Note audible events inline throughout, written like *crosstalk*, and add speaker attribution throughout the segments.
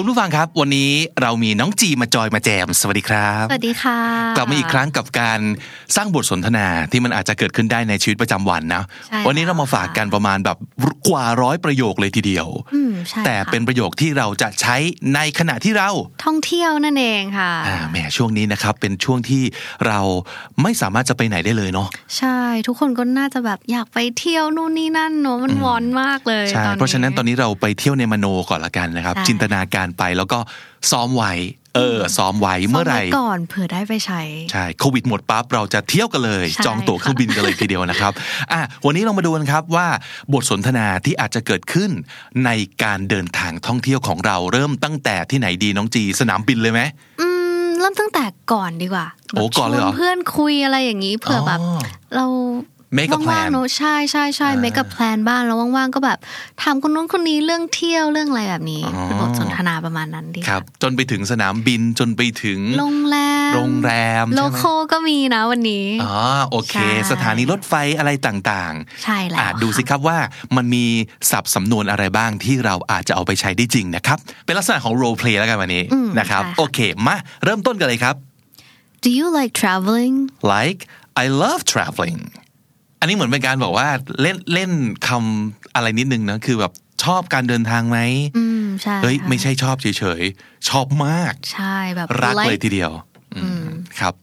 Speaker 1: คุณผู้ฟังครับ วันนี้เรามีน้องจีมาจอยมาแจม สวัสดีครับ
Speaker 2: สวัสดีค่ะ
Speaker 1: กลับมาอีกครั้งกับการสร้างบทสนทนาที่มันอาจจะเกิดขึ้นได้ในชีวิตประจำวันนะ
Speaker 2: ใช่ค่ะ
Speaker 1: วันนี้เรามาฝากกันประมาณแบบกว่าร้อยประโยคเลยทีเดียว
Speaker 2: อืมใช่
Speaker 1: แต่
Speaker 2: ค่ะ
Speaker 1: เป็นประโยคที่เราจะใช้ในขณะที่เรา
Speaker 2: ท่องเที่ยวนั่นเองค่ะ
Speaker 1: อ่าแหมช่วงนี้นะครับ เป็นช่วงที่เราไม่สามารถจะไปไหนได้เลยเนาะ
Speaker 2: ใช่ ทุกคนก็น่าจะแบบอยากไปเที่ยวนู่นนี่นั่นเนอะมันวอนมากเลย
Speaker 1: ใช่
Speaker 2: ตอ
Speaker 1: เพราะฉะนั้นตอนนี้เราไปเที่ยวในมโนก่อนละกันนะครับ
Speaker 2: ได้
Speaker 1: จินตนาการไปแล้วก็ซ้อมไว้เออ ซ้อมไว้เมื่อไหร่
Speaker 2: ซ่มว้ก่อนเผื่อได้ไปใช้
Speaker 1: ใช่โควิดหมดปั๊บเราจะเที่ยวกันเลย
Speaker 2: ใช่
Speaker 1: จองตั๋วเครื่องบินกันเลยทีเดียวนะครับอ่ะวันนี้เรามาดูกันครับว่าบทสนทนาที่อาจจะเกิดขึ้น ในการเดินทางท่องเที่ยวของเราเริ่มตั้งแต่ที่ไหนดีน้องจีสนามบินเลยไหม
Speaker 2: ืมเริ่มตั้งแต่ก่อนดีกว่า
Speaker 1: โอ้ก่อนเลยเหรอ
Speaker 2: ชวเพื่อนคุยอะไรอย่างนี้เผื่อแบบ
Speaker 1: อ๋อ
Speaker 2: เรา
Speaker 1: Make a plan
Speaker 2: ว่างๆเนอะใช่ใช่ใช่ make a plan บ้างแล้วว่างๆก็แบบถามคนนู้นคนนี้เรื่องเที่ยวเรื่องอะไรแบบนี้เป็นบทสนทนาประมาณนั้นดี
Speaker 1: ครับจนไปถึงสนามบินจนไปถึง
Speaker 2: โรงแรม
Speaker 1: โรงแรม
Speaker 2: โล
Speaker 1: ใช่ไหม
Speaker 2: โคก็มีนะวันนี้
Speaker 1: อ๋อโอเค
Speaker 2: ใช่
Speaker 1: สถานีรถไฟอะไรต่าง
Speaker 2: ใช่
Speaker 1: ๆ
Speaker 2: แล้ว
Speaker 1: อ่ะดูสิครับว่ามันมีศัพท์สำนวนอะไรบ้างที่เราอาจจะเอาไปใช้ได้จริงนะครับ เป็นลักษณะของ role play แล้วกันวันนี้นะครับ โอเค มาเริ่มต้นกันเลยครับ
Speaker 2: Do you like traveling
Speaker 1: like I love traveling อันนี้เหมือนเป็นการบอกว่าเล่นเล่นคำอะไรนิดนึงนะ คือแบบชอบการเดินทางไหม
Speaker 2: อืมใช่
Speaker 1: เฮ้ย
Speaker 2: ค่ะ
Speaker 1: ไม่ใช่ชอบเฉยๆ ชอบมาก
Speaker 2: ใช่แบบ
Speaker 1: รักเลย
Speaker 2: like
Speaker 1: ทีเดียวอืมครับ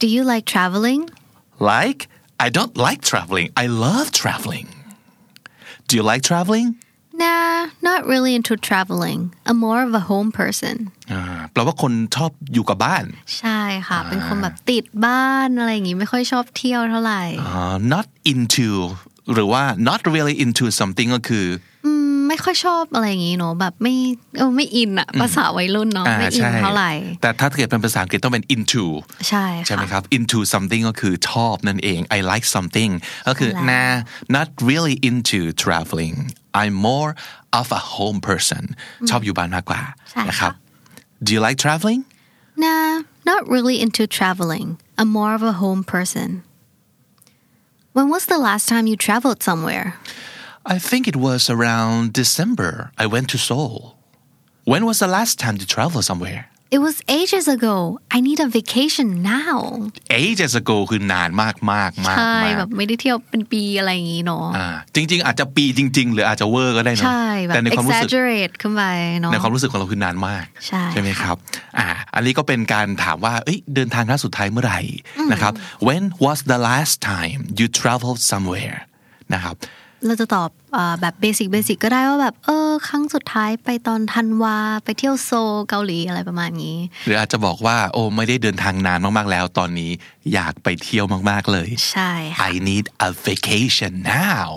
Speaker 2: Do you like traveling
Speaker 1: Like, I don't like traveling. I love traveling. Do you like traveling?
Speaker 2: Nah not really into traveling I'm more of a home person
Speaker 1: อ่าแปลว่าคนชอบอยู่กับบ้าน
Speaker 2: ใช่ค่ะ เป็น
Speaker 1: Ah.
Speaker 2: คนแบบติดบ้านอะไรอย่างงี้ไม่ค่อยชอบเที่ยวเท่าไหร่
Speaker 1: อ่า not into หรือว่า not really into something ก็คือ
Speaker 2: อืมไม่ค่อยชอบอะไรอย่างงี้เนอะแบบไม่เออไม่อินอะภาษาวัยรุ่นเนาะ
Speaker 1: อ่า
Speaker 2: ไม่อิ
Speaker 1: Ah,
Speaker 2: น
Speaker 1: ใช่
Speaker 2: เท่าไหร่ Ah.
Speaker 1: แต่ถ้าเกิดเป็นภาษาอังกฤษต้องเป็น into
Speaker 2: ใช่
Speaker 1: ใช่ไหม
Speaker 2: ค่ะ
Speaker 1: ครับ into something ก็คือชอบนั่นเอง I like something ก็คือ
Speaker 2: ใช่แล้ว
Speaker 1: nah not really into traveling I'm more of a home person ชอบอยู่บ้านมากกว่า
Speaker 2: Mm. ใช่
Speaker 1: นะครับ
Speaker 2: ค่ะ
Speaker 1: Do you like traveling
Speaker 2: Nah, not really into traveling. I'm more of a home person. When was the last time you traveled somewhere?
Speaker 1: I think it was around December. I went to Seoul. When was the last time you traveled somewhere?
Speaker 2: It was ages ago. I need a vacation now.
Speaker 1: Ages ago คือนานมากมากมาก
Speaker 2: ใช่
Speaker 1: มาก
Speaker 2: แบบไม่ได้เที่ยวเป็นปีอะไรอย่างงี้เนาะ
Speaker 1: อ่าจริง ๆ อาจจะปีจริง ๆ หรืออาจจะเวอร์ก็ได้เนอะ
Speaker 2: ใช่แบบ
Speaker 1: แต่ในความรู้สึก
Speaker 2: exaggerate ขึ้นไปเนาะ
Speaker 1: ในความรู้สึกของเราคือนานมาก
Speaker 2: ใช่
Speaker 1: ไหมครับอ่าอันนี้ก็เป็นการถามว่าเอ้ยเดินทางครั้งสุดท้ายเมื่อไหร่นะครับ When was the last time you traveled somewhere นะครับ
Speaker 2: เราจะตอบเอ่อแบบเบสิกเบสิกก็ได้ว่าแบบ เออ ครั้งสุดท้ายไปตอนธันวา ไปเที่ยวโซลเกาหลีอะไรประมาณนี้
Speaker 1: หรืออาจจะบอกว่าโอ้ไม่ได้เดินทางนานมากๆแล้ว ตอนนี้อยากไปเที่ยวมากๆเลย
Speaker 2: ใช่ค่ะ
Speaker 1: I need a vacation now.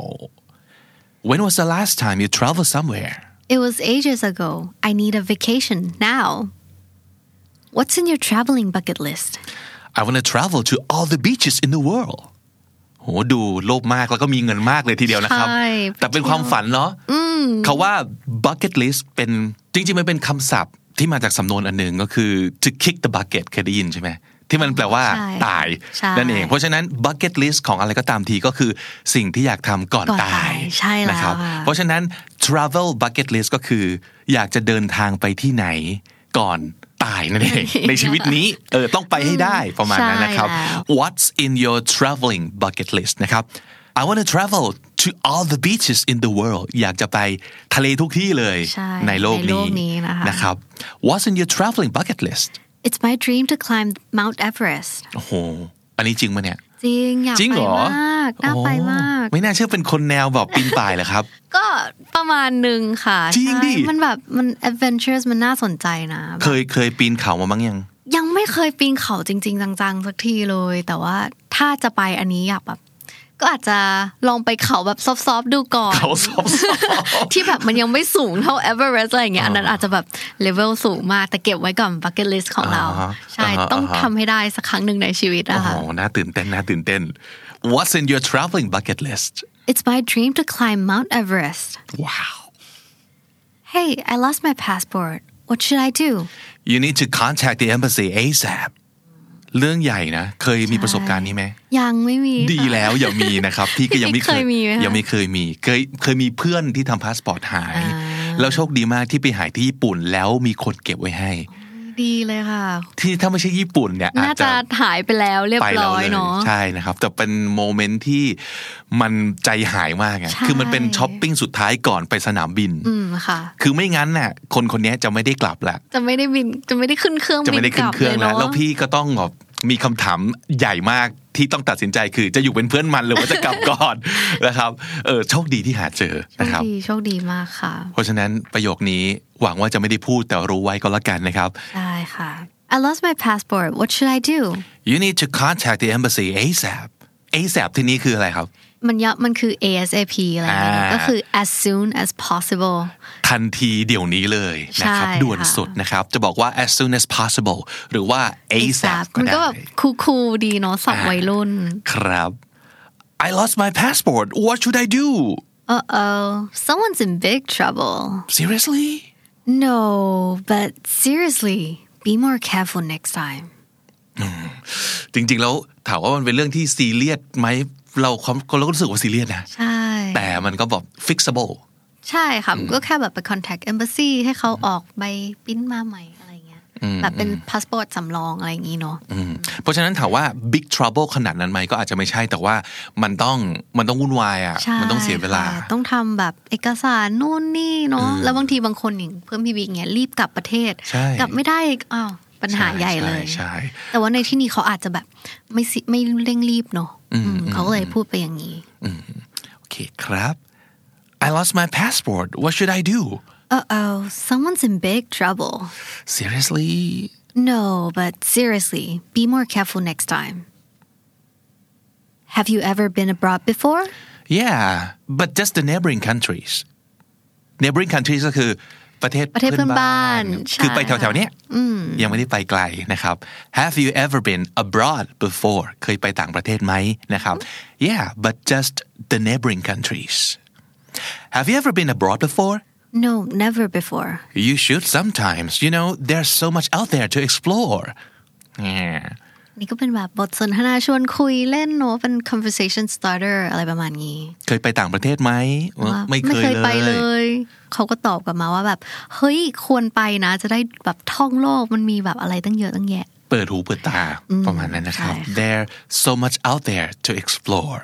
Speaker 1: When was the last time you traveled somewhere?
Speaker 2: It was ages ago. I need a vacation now. What's in your traveling bucket list?
Speaker 1: I want to travel to all the beaches in the world. โหดูโลภมากแล้วก็มีเงินมากเลยทีเดียวนะครับ
Speaker 2: ใช่
Speaker 1: แต่เป็นความฝันเนาะเขาว่า bucket list เป็นจริงๆ มันเป็นคำศัพท์ที่มาจากสำนวนอันหนึ่งก็คือ to kick the bucket เคยได้ยินใช่ไหมที่มันแปลว่า
Speaker 2: ใช่
Speaker 1: ตาย
Speaker 2: ใช่
Speaker 1: นั่นเอง เพราะฉะนั้น bucket list ของอะไรก็ตามทีก็คือสิ่งที่อยากทำก่อน
Speaker 2: ก่อน
Speaker 1: ตา
Speaker 2: ตาย ยใช่แล้ว
Speaker 1: นะครับ
Speaker 2: ค่ะ
Speaker 1: เพราะฉะนั้น travel bucket list ก็คือ อยากจะเดินทางไปที่ไหนก่อนตายนั่นเอง ในชีวิต
Speaker 2: *laughs*
Speaker 1: นี้เออต้องไปให้ได้ประมาณนั้นนะครับ
Speaker 2: ใช่แล้ว
Speaker 1: What's in your traveling bucket list นะครับ I want to travel to all the beaches in the world อยากจะไปทะเลทุกที่เลย
Speaker 2: ใช่
Speaker 1: ในโลก
Speaker 2: ในโล
Speaker 1: นี้
Speaker 2: กนี้นะคะ
Speaker 1: นะครับ What's in your traveling bucket list
Speaker 2: It's my dream to climb Mount Everest.
Speaker 1: โอ้โหอันนี้จริงปะเนี่ย
Speaker 2: จริง อยาก
Speaker 1: จริง
Speaker 2: ไป
Speaker 1: เหรอ Oh.
Speaker 2: มาก น่าไปมาก
Speaker 1: โอ้ไม่น่าเชื่อเป็นคนแนวแบบปีนป่ายเหรอครับ
Speaker 2: ก็ประมาณหนึ่งค่ะ
Speaker 1: จริงดิ
Speaker 2: ใช่มันแบบมัน adventures มันน่าสนใจนะแบ
Speaker 1: เค
Speaker 2: บ
Speaker 1: ยเคยปีนเขามาบ้างยัง
Speaker 2: ยังไม่เคยปีนเขาจริง ๆ จังๆ สักทีเลย แต่ว่าถ้าจะไปอันนี้อยากแบบ ก็อาจจะลองไปเขาแบบซอฟๆดูก่อน
Speaker 1: เขาซอฟต์
Speaker 2: ที่แบบมันยังไม่สูงเท่าเอเวอเรสต์อะไรอย่างเงี้ยอันนั้นอาจจะแบบเลเวลสูงมาก แต่เก็บไว้ก่อนบักเก็ตลิสต์ของเรา
Speaker 1: อ่าฮะ
Speaker 2: ใช่
Speaker 1: อ่าฮะ
Speaker 2: ต้อง
Speaker 1: อ่าฮะ
Speaker 2: ทำให้ได้สักครั้งหนึ่งในชีวิต
Speaker 1: โอ้
Speaker 2: อะ
Speaker 1: โห
Speaker 2: ค่ะ
Speaker 1: น่าตื่นเต้นน่าตื่นเต้น What's in your traveling bucket list
Speaker 2: It's my dream to climb Mount Everest
Speaker 1: Wow
Speaker 2: Hey I lost my passport What should I do
Speaker 1: you need to contact the embassy ASAP เรื่องใหญ่นะ เคยมีประสบการณ์นี้ไหม
Speaker 2: ยังไม่มีค่ะ
Speaker 1: ดีแล้วอย่ามี
Speaker 2: *laughs*
Speaker 1: นะครับ พี่ก็ยังไม่
Speaker 2: พี่เคยมีไหมคะ
Speaker 1: ยังไม่เคยมีเคยเคยมีเพื่อนที่ทำพาสปอร์ตหาย
Speaker 2: อ่า
Speaker 1: แล้วโชคดีมากที่ไปหายที่ญี่ปุ่นแล้วมีคนเก็บไว้ให้
Speaker 2: ดีเลยค่ะ
Speaker 1: ที่ถ้าไม่ใช่ญี่ปุ่นเนี่ยอาจ
Speaker 2: น่า
Speaker 1: จะ
Speaker 2: จะหายไปแล้วเรียบ
Speaker 1: ไปแล้ว
Speaker 2: ร้อย
Speaker 1: เลย
Speaker 2: เนาะ
Speaker 1: ใช่นะครับ แต่เป็นโมเมนต์ที่มันใจหายมากไง
Speaker 2: ใช่
Speaker 1: คือมันเป็นช้อปปิ้งสุดท้ายก่อนไปสนามบิน
Speaker 2: อืมค่ะ
Speaker 1: คือไม่งั้นน่ะคนคนนี้จะไม่ได้กลับละ
Speaker 2: จะไม่ได้บินจะไม่ได้ขึ้นเครื่อง
Speaker 1: จะ
Speaker 2: บิน
Speaker 1: ไม่ได้
Speaker 2: ก
Speaker 1: ขึ้น
Speaker 2: ลับ
Speaker 1: เค
Speaker 2: เล
Speaker 1: รื่อง
Speaker 2: ย
Speaker 1: แล้ว
Speaker 2: เนาะ
Speaker 1: แล้วพี่ก็ต้องแบบมีคำถามใหญ่มากที่ต้องตัดสินใจคือจะอยู่เป็นเพื่อนมันหรือว่าจะกลับก่อน *laughs* นะครับเออโชคดีที่หาเจอ
Speaker 2: โช
Speaker 1: นะค
Speaker 2: ครับ ดีโชคดีมากค่ะ
Speaker 1: เพราะฉะนั้นประโยคนี้หวังว่าจะไม่ได้พูดแต่รู้ไว้ก็แล้วกันนะครับ
Speaker 2: ได้ค่ะ I lost my passport What should I do
Speaker 1: you need to contact the embassy ASAP ASAP ที่นี้คืออะไรครับ
Speaker 2: มันยะมันคือ ASAP อะไรอย่างเงี้ย
Speaker 1: อ่า
Speaker 2: ก็คือ as soon as possible
Speaker 1: ทันทีเดี๋ยวนี้เลยนะครับ
Speaker 2: ใช่ค่ะ
Speaker 1: ด่วนสุดนะครับ จะบอกว่า as soon as possible หรือว่า ASAP ก็
Speaker 2: มันก็
Speaker 1: ได้
Speaker 2: แบบคูลๆดีเนาะสับวัยรุ่น
Speaker 1: ครับ I lost my passport what should I do
Speaker 2: Uh oh someone's in big trouble
Speaker 1: seriously
Speaker 2: No but seriously be more careful next time
Speaker 1: จริงๆ แล้วถามว่ามันเป็นเรื่องที่ซีเรียสไหมเราความเราก็รู้สึกว่าซีเรียสนะ
Speaker 2: ใช่
Speaker 1: แต่มันก็แบบ fixable
Speaker 2: ใช่ค่ะก็แค่แบบไป contact embassy ให้เขาออกใบปริ้นมาใหม่อะไรเงี้ยแบบเป็นพาสปอร์ตสำรองอะไรอย่างงี้เนาะ
Speaker 1: อืมเพราะฉะนั้นถามว่า big trouble ขนาดนั้นไหมก็อาจจะไม่ใช่แต่ว่ามันต้องมันต้องวุ่นวายอ่ะ
Speaker 2: ใช่
Speaker 1: มันต้องเสียเวลา
Speaker 2: ค่ะต้องทำแบบเอกสารนู่นนี่เนาะแล้วบางทีบางคนอย่างเพื่อนพี่บิ๊กเนี่ยรีบกลับประเทศ
Speaker 1: ใช่
Speaker 2: กลับไม่ได้อีกอ้าวปัญหาใหญ่เลย
Speaker 1: ใช่
Speaker 2: แต่ว่าในที่นี้เขาอาจจะแบบไม่สิไม่เร่งรีบเนาะอืมเขาก็เลยพูดไปอย่างนี้
Speaker 1: โอเคครับ I lost my passport what should I do
Speaker 2: uh oh someone's in big trouble
Speaker 1: seriously
Speaker 2: no but seriously be more careful next time have you ever been abroad before
Speaker 1: yeah but just the neighboring countries neighboring countries ก็คือประเทศ
Speaker 2: ประเทศเพื่อนบ้านใช่
Speaker 1: คือไปแถวๆเนี้ยยังไม่ได้ไปไกลนะครับ Have you ever been abroad before เคยไปต่างประเทศไหมนะครับ Yeah but just the neighboring countries Have you ever been abroad before
Speaker 2: no never before
Speaker 1: You should sometimes. You know, there's so much out there to explore. Yeah.
Speaker 2: นี่ก็เป็นแบบบทสนทนาชวนคุยเล่นเนอะเป็น conversation starter อะไรประมาณนี้
Speaker 1: เคยไปต่างประเทศไหม
Speaker 2: ว่า
Speaker 1: ไม่เคย
Speaker 2: ไป
Speaker 1: เล
Speaker 2: เลย ย เขาก็ตอบกลับมาว่าแบบ เฮ้ยควรไปนะ จะได้แบบท่องโลกมันมีแบบอะไรตั้งเยอะตั้งแยะ
Speaker 1: เปิดหูเปิดตาประมาณนั้นนะครับ
Speaker 2: ใช่ค่ะ
Speaker 1: There so much out there to explore.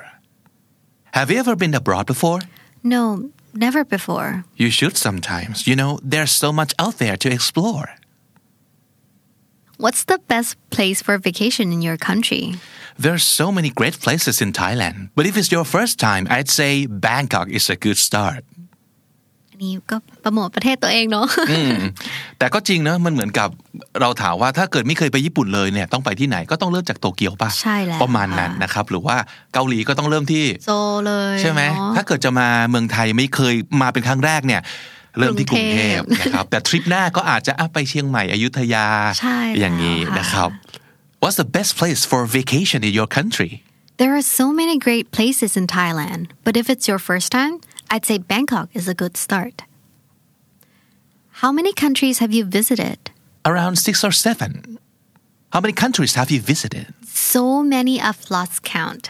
Speaker 1: Have you ever been abroad before?
Speaker 2: no never before
Speaker 1: You should sometimes. You know, there's so much out there to explore.
Speaker 2: what's the best place for vacation in your country
Speaker 1: There's so many great places in Thailand. But if it's your first time, I'd say Bangkok is a good start.
Speaker 2: อันนี้ก็โปรโมทประเทศ *laughs* ตัวเองเนาะ *laughs*
Speaker 1: แต่ก็จริงนะมันเหมือนกับเราถามว่าถ้าเกิดไม่เคยไปญี่ปุ่นเลยเนี่ยต้องไปที่ไหนก็ต้องเริ่มจากโตเกียวป่ะ
Speaker 2: ใช่แล้ว
Speaker 1: ประมาณนั้น
Speaker 2: ค่ะ
Speaker 1: นะครับ หรือว่าเกาหลีก็ต้องเริ่มที่
Speaker 2: โซเลย
Speaker 1: ใช่ไหม
Speaker 2: เนอะ
Speaker 1: ถ้าเกิดจะมาเมืองไทยไม่เคยมาเป็นครั้งแรกเนี่ย เริ่มที่กรุงเทพ
Speaker 2: กรุงเทพ
Speaker 1: นะครับ แต่ทริปหน้าก็อาจจะอ่ะไปเชียงใหม่อยุธยา
Speaker 2: ใช่แล้ว
Speaker 1: อย่างนี้
Speaker 2: ค่ะ
Speaker 1: นะครับ What's the best place for vacation in your country
Speaker 2: there are so many great places in Thailand but if it's your first time I'd say Bangkok is a good start how many countries have you visited
Speaker 1: around six or seven How many countries have you visited
Speaker 2: so many I've lost count